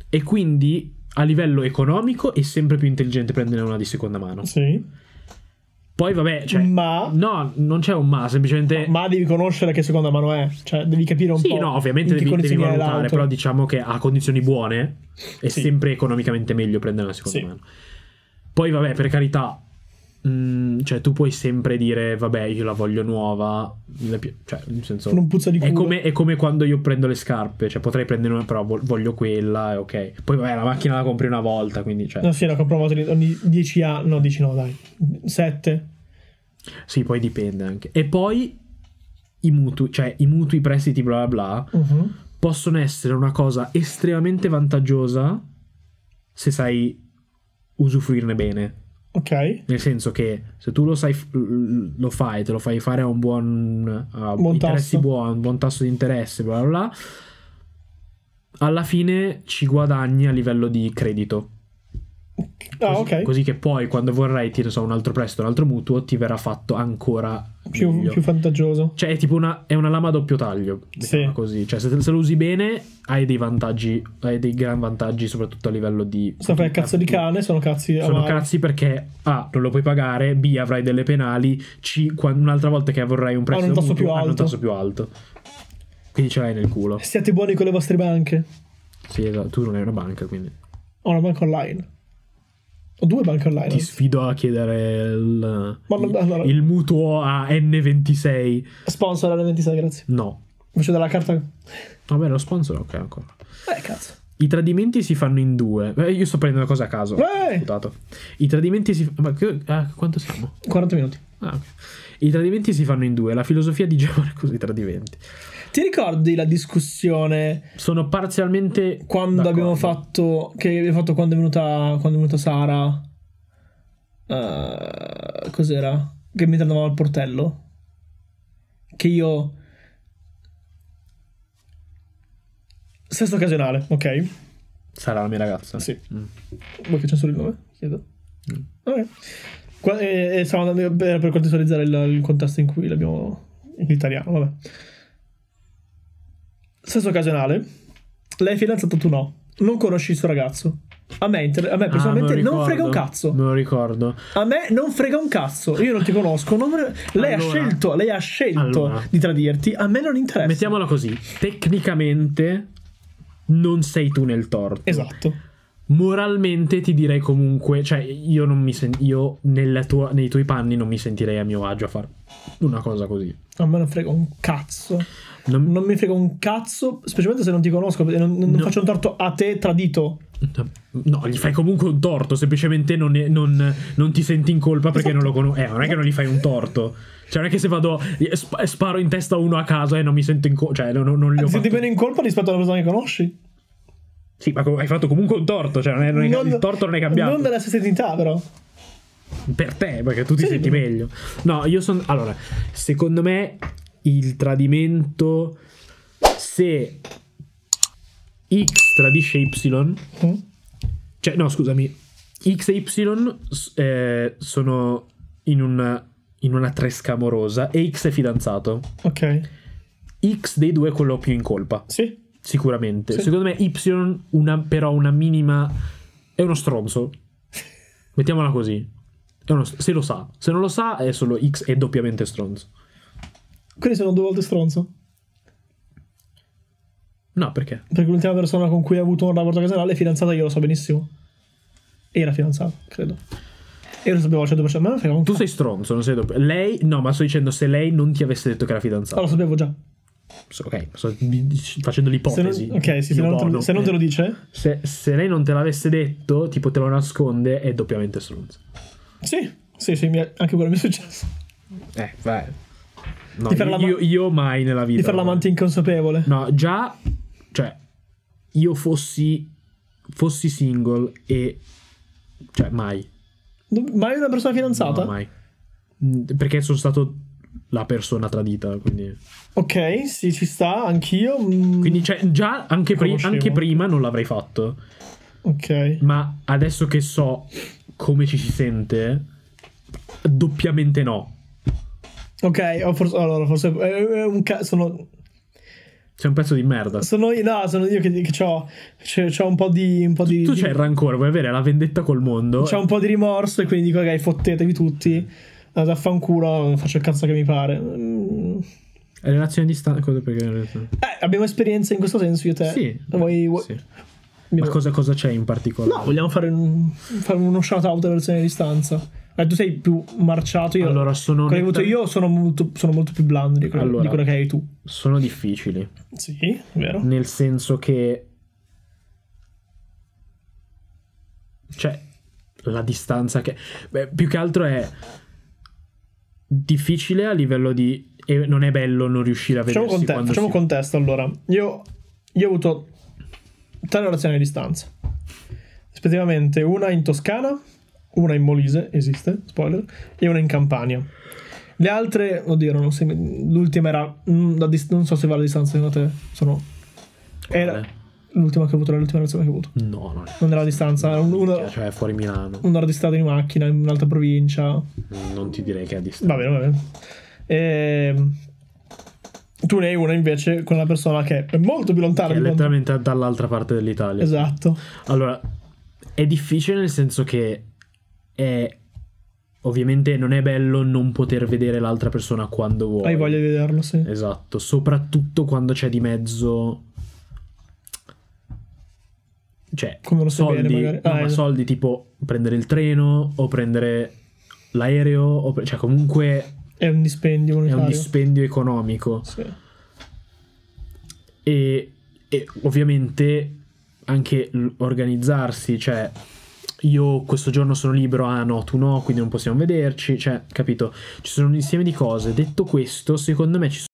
E quindi a livello economico è sempre più intelligente prendere una di seconda mano. Sì. Poi vabbè, cioè Ma- No, non c'è un ma, semplicemente Ma devi conoscere che seconda mano è. Cioè, devi capire un Sì, po'. no, ovviamente in che devi, devi condizioni è valutare, l'auto. però diciamo che a condizioni buone è Sì. sempre economicamente meglio prendere una seconda Sì. mano. Poi, vabbè, per carità, mh, cioè tu puoi sempre dire, vabbè, io la voglio nuova, la pi- cioè, nel senso... Non puzza di culo. È come, è come quando io prendo le scarpe, cioè potrei prendere una, però vol- voglio quella, e ok. Poi vabbè, la macchina la compri una volta, quindi cioè, No, Eh, sì, no, compro una moto ogni 10 anni. No, 10 no, dai. 7. sì, poi dipende anche. E poi i mutui, cioè i mutui, i prestiti, bla bla bla, Mhm. possono essere una cosa estremamente vantaggiosa se sai usufruirne bene. Ok. Nel senso che se tu lo sai, f- lo fai, te lo fai fare a un buon, a Buon interessi tasso. buoni, un buon tasso di interesse, bla bla bla, alla fine ci guadagni a livello di credito. Ah, Così- ok. Così che poi quando vorrai, ti ne so, un altro prestito, un altro mutuo, ti verrà fatto ancora Più, meglio. più vantaggioso. Cioè, è tipo una, è una lama a doppio taglio. diciamo Sì. così. Cioè, se, se lo usi bene, hai dei vantaggi, hai dei gran vantaggi, soprattutto a livello di. Se fai il cazzo di cane, sono cazzi. Sono amari. cazzi perché A. Non lo puoi pagare, B. Avrai delle penali, C. qua- un'altra volta che avrai un prezzo Hanno un tasso più hanno un alto. tasso più alto. Quindi ce l'hai nel culo. Siate buoni con le vostre banche. Sì, esatto. Tu non hai una banca, quindi. Ho una banca online. Ho due banche online. Ti sfido a chiedere il, Eh. Ma non- il- allora- il mutuo a N26. Sponsor alle 26, grazie. No. Faccio della carta. Vabbè, lo sponsor, ok, ancora. Eh, cazzo. I tradimenti si fanno in due. Eh, io sto prendendo cose a caso. Eh! Scusate. I tradimenti si. Ma che- ah, quanto siamo? 40 minuti. Ah, ok. I tradimenti si fanno in due. La filosofia di Giacomo i tradimenti. Ti ricordi la discussione Sono parzialmente. quando d'accordo. abbiamo fatto. Che abbiamo fatto quando è venuta. Quando è venuta Sara. Eh, cos'era? Che mi andavamo al portello. Che io. Sesto occasionale, ok. Sarà la mia ragazza. Sì. Mm. Vuoi che c'è solo il nome? Chiedo. Ok. Qua- e, e stavamo andando per, per contestualizzare il, il contesto in cui l'abbiamo in italiano, vabbè. Senso occasionale. Lei è fidanzata, tu no. Non conosci il suo ragazzo. A me, inter- a me Ah, me Eh, personalmente lo non ricordo. frega un cazzo. Eh, Me lo ricordo. A me non frega un cazzo. Io non ti conosco. non me- Lei ha Allora. scelto, lei ha scelto Allora. di tradirti. A me non interessa. Mettiamola così. Tecnicamente. Non sei tu nel torto. Esatto. moralmente ti direi comunque, cioè io non mi sen- io nella tua- nei tuoi panni non mi sentirei a mio agio a fare una cosa così. A me non frega un cazzo. Non- Non mi frega un cazzo, specialmente se non ti conosco, perché non, non No. faccio un torto a te tradito. No, gli fai comunque un torto, semplicemente non, è- non- non ti senti in colpa perché Esatto. non lo conosci. Eh, non è che non gli fai un torto. Cioè, non è che se vado e sp- e sparo in testa a uno a caso e non mi sento in colpa. Cioè, non, non- non gli ho Ti fatto... senti meno in colpa rispetto alla persona che conosci. Sì, ma co- hai fatto comunque un torto. Cioè, non è- non è- il torto non è cambiato. Non della stessa identità, però. per te, perché tu ti Sì, senti per- meglio. No, io sono. Allora, secondo me il tradimento. Se X tradisce Y, Mm. cioè, no, scusami, X e Y s- eh, sono in, un, in una tresca amorosa e X è fidanzato. Ok. X dei due è quello più in colpa, Sì. sicuramente. Sì. Secondo me Y, una, però, una minima. È uno stronzo. Mettiamola così. È uno- se lo sa, se non lo sa, è solo X è doppiamente stronzo. Quindi sono due volte stronzo. No, perché? Perché l'ultima persona con cui ho avuto un rapporto casalale è fidanzata, io lo so benissimo. Era fidanzata, credo. E io lo sapevo al 100%, ma non frega un Tu cazzo. sei stronzo, non sei doppio. Lei, no, ma sto dicendo se lei non ti avesse detto che era Ah, fidanzata. lo sapevo già. Ok, sto facendo Se non, l'ipotesi. ok, sì, se Io non, te, bono. se non te lo Eh. dice? Se, se lei non te l'avesse detto, tipo te lo nasconde, è doppiamente stronzo. Sì, sì, sì, mi è- anche quello mi è successo. Eh, vai. No, Di fare io, la ma- io- io mai nella vita. Di fare l'amante inconsapevole. No, già, cioè, io fossi, fossi single e... Cioè, mai. Ma è una persona fidanzata? No, mai. Mm, Perché sono stato la persona tradita, quindi... ok, sì, ci sta, anch'io. mm, Quindi, cioè, già anche, pri- Conoscevo. anche prima non l'avrei fatto. ok. Ma adesso che so come ci si sente, doppiamente no. Ok, o forse, allora, forse è- è un ca- sono, Sei un pezzo di merda. sono io, no, sono io che, che ho un po' di... Un po di Tu di- c'hai il rancore, vuoi avere la vendetta col mondo. c'ho un po' di rimorso e quindi dico, ok, fottetevi tutti, andate a fanculo, faccio il cazzo che mi pare. Mm. Relazione di stanza. Cosa perché? Eh, abbiamo esperienza in questo senso io e te. Sì. Vuoi- vuoi- sì. mi- Ma cosa, cosa c'è in No, particolare? vogliamo fare, un- fare uno shout out a versione a distanza. Eh, tu sei più marciato, io... Allora, sono, quello che ho avuto netta- io sono molto, sono molto più blando di quello, Allora. di quello che hai tu. sono difficili. Sì, vero. Nel senso che. Cioè, la distanza che. Beh, più che altro è. Difficile a livello di. E non è bello non riuscire a Facciamo, vedersi conte- quando facciamo si- contesto allora. Io, io ho avuto tre relazioni a distanza. Rispettivamente una in Toscana, una in Molise, esiste, spoiler, e una in Campania. Le altre, oddio, non so, l'ultima era, mm, la dis- non so se va alla distanza, secondo te sono... Era Quale? l'ultima che ho avuto, era l'ultima relazione che ho avuto. No, no. Non era a distanza, era un- una- Cioè, fuori Milano. un'ora di strada in macchina, in un'altra provincia, Non ti direi che è a distanza. Va bene, va bene. Ehm, tu ne hai una invece con una persona che è molto più lontana Che è di quanto... letteralmente dall'altra parte dell'Italia. Esatto. Allora, è difficile nel senso che è. Ovviamente non è bello non poter vedere l'altra persona quando vuoi. Hai voglia di vederlo, sì. Esatto, soprattutto quando c'è di mezzo. Cioè, Come lo sai soldi, bene, magari. no, Ah, ma eh. soldi tipo prendere il treno o prendere l'aereo, o pre- cioè comunque È un dispendio è monetario. un dispendio economico. Sì. e, e ovviamente anche l- organizzarsi, cioè io questo giorno sono libero, ah no, tu no, quindi non possiamo vederci, cioè, capito? Ci sono un insieme di cose. Detto questo, secondo me ci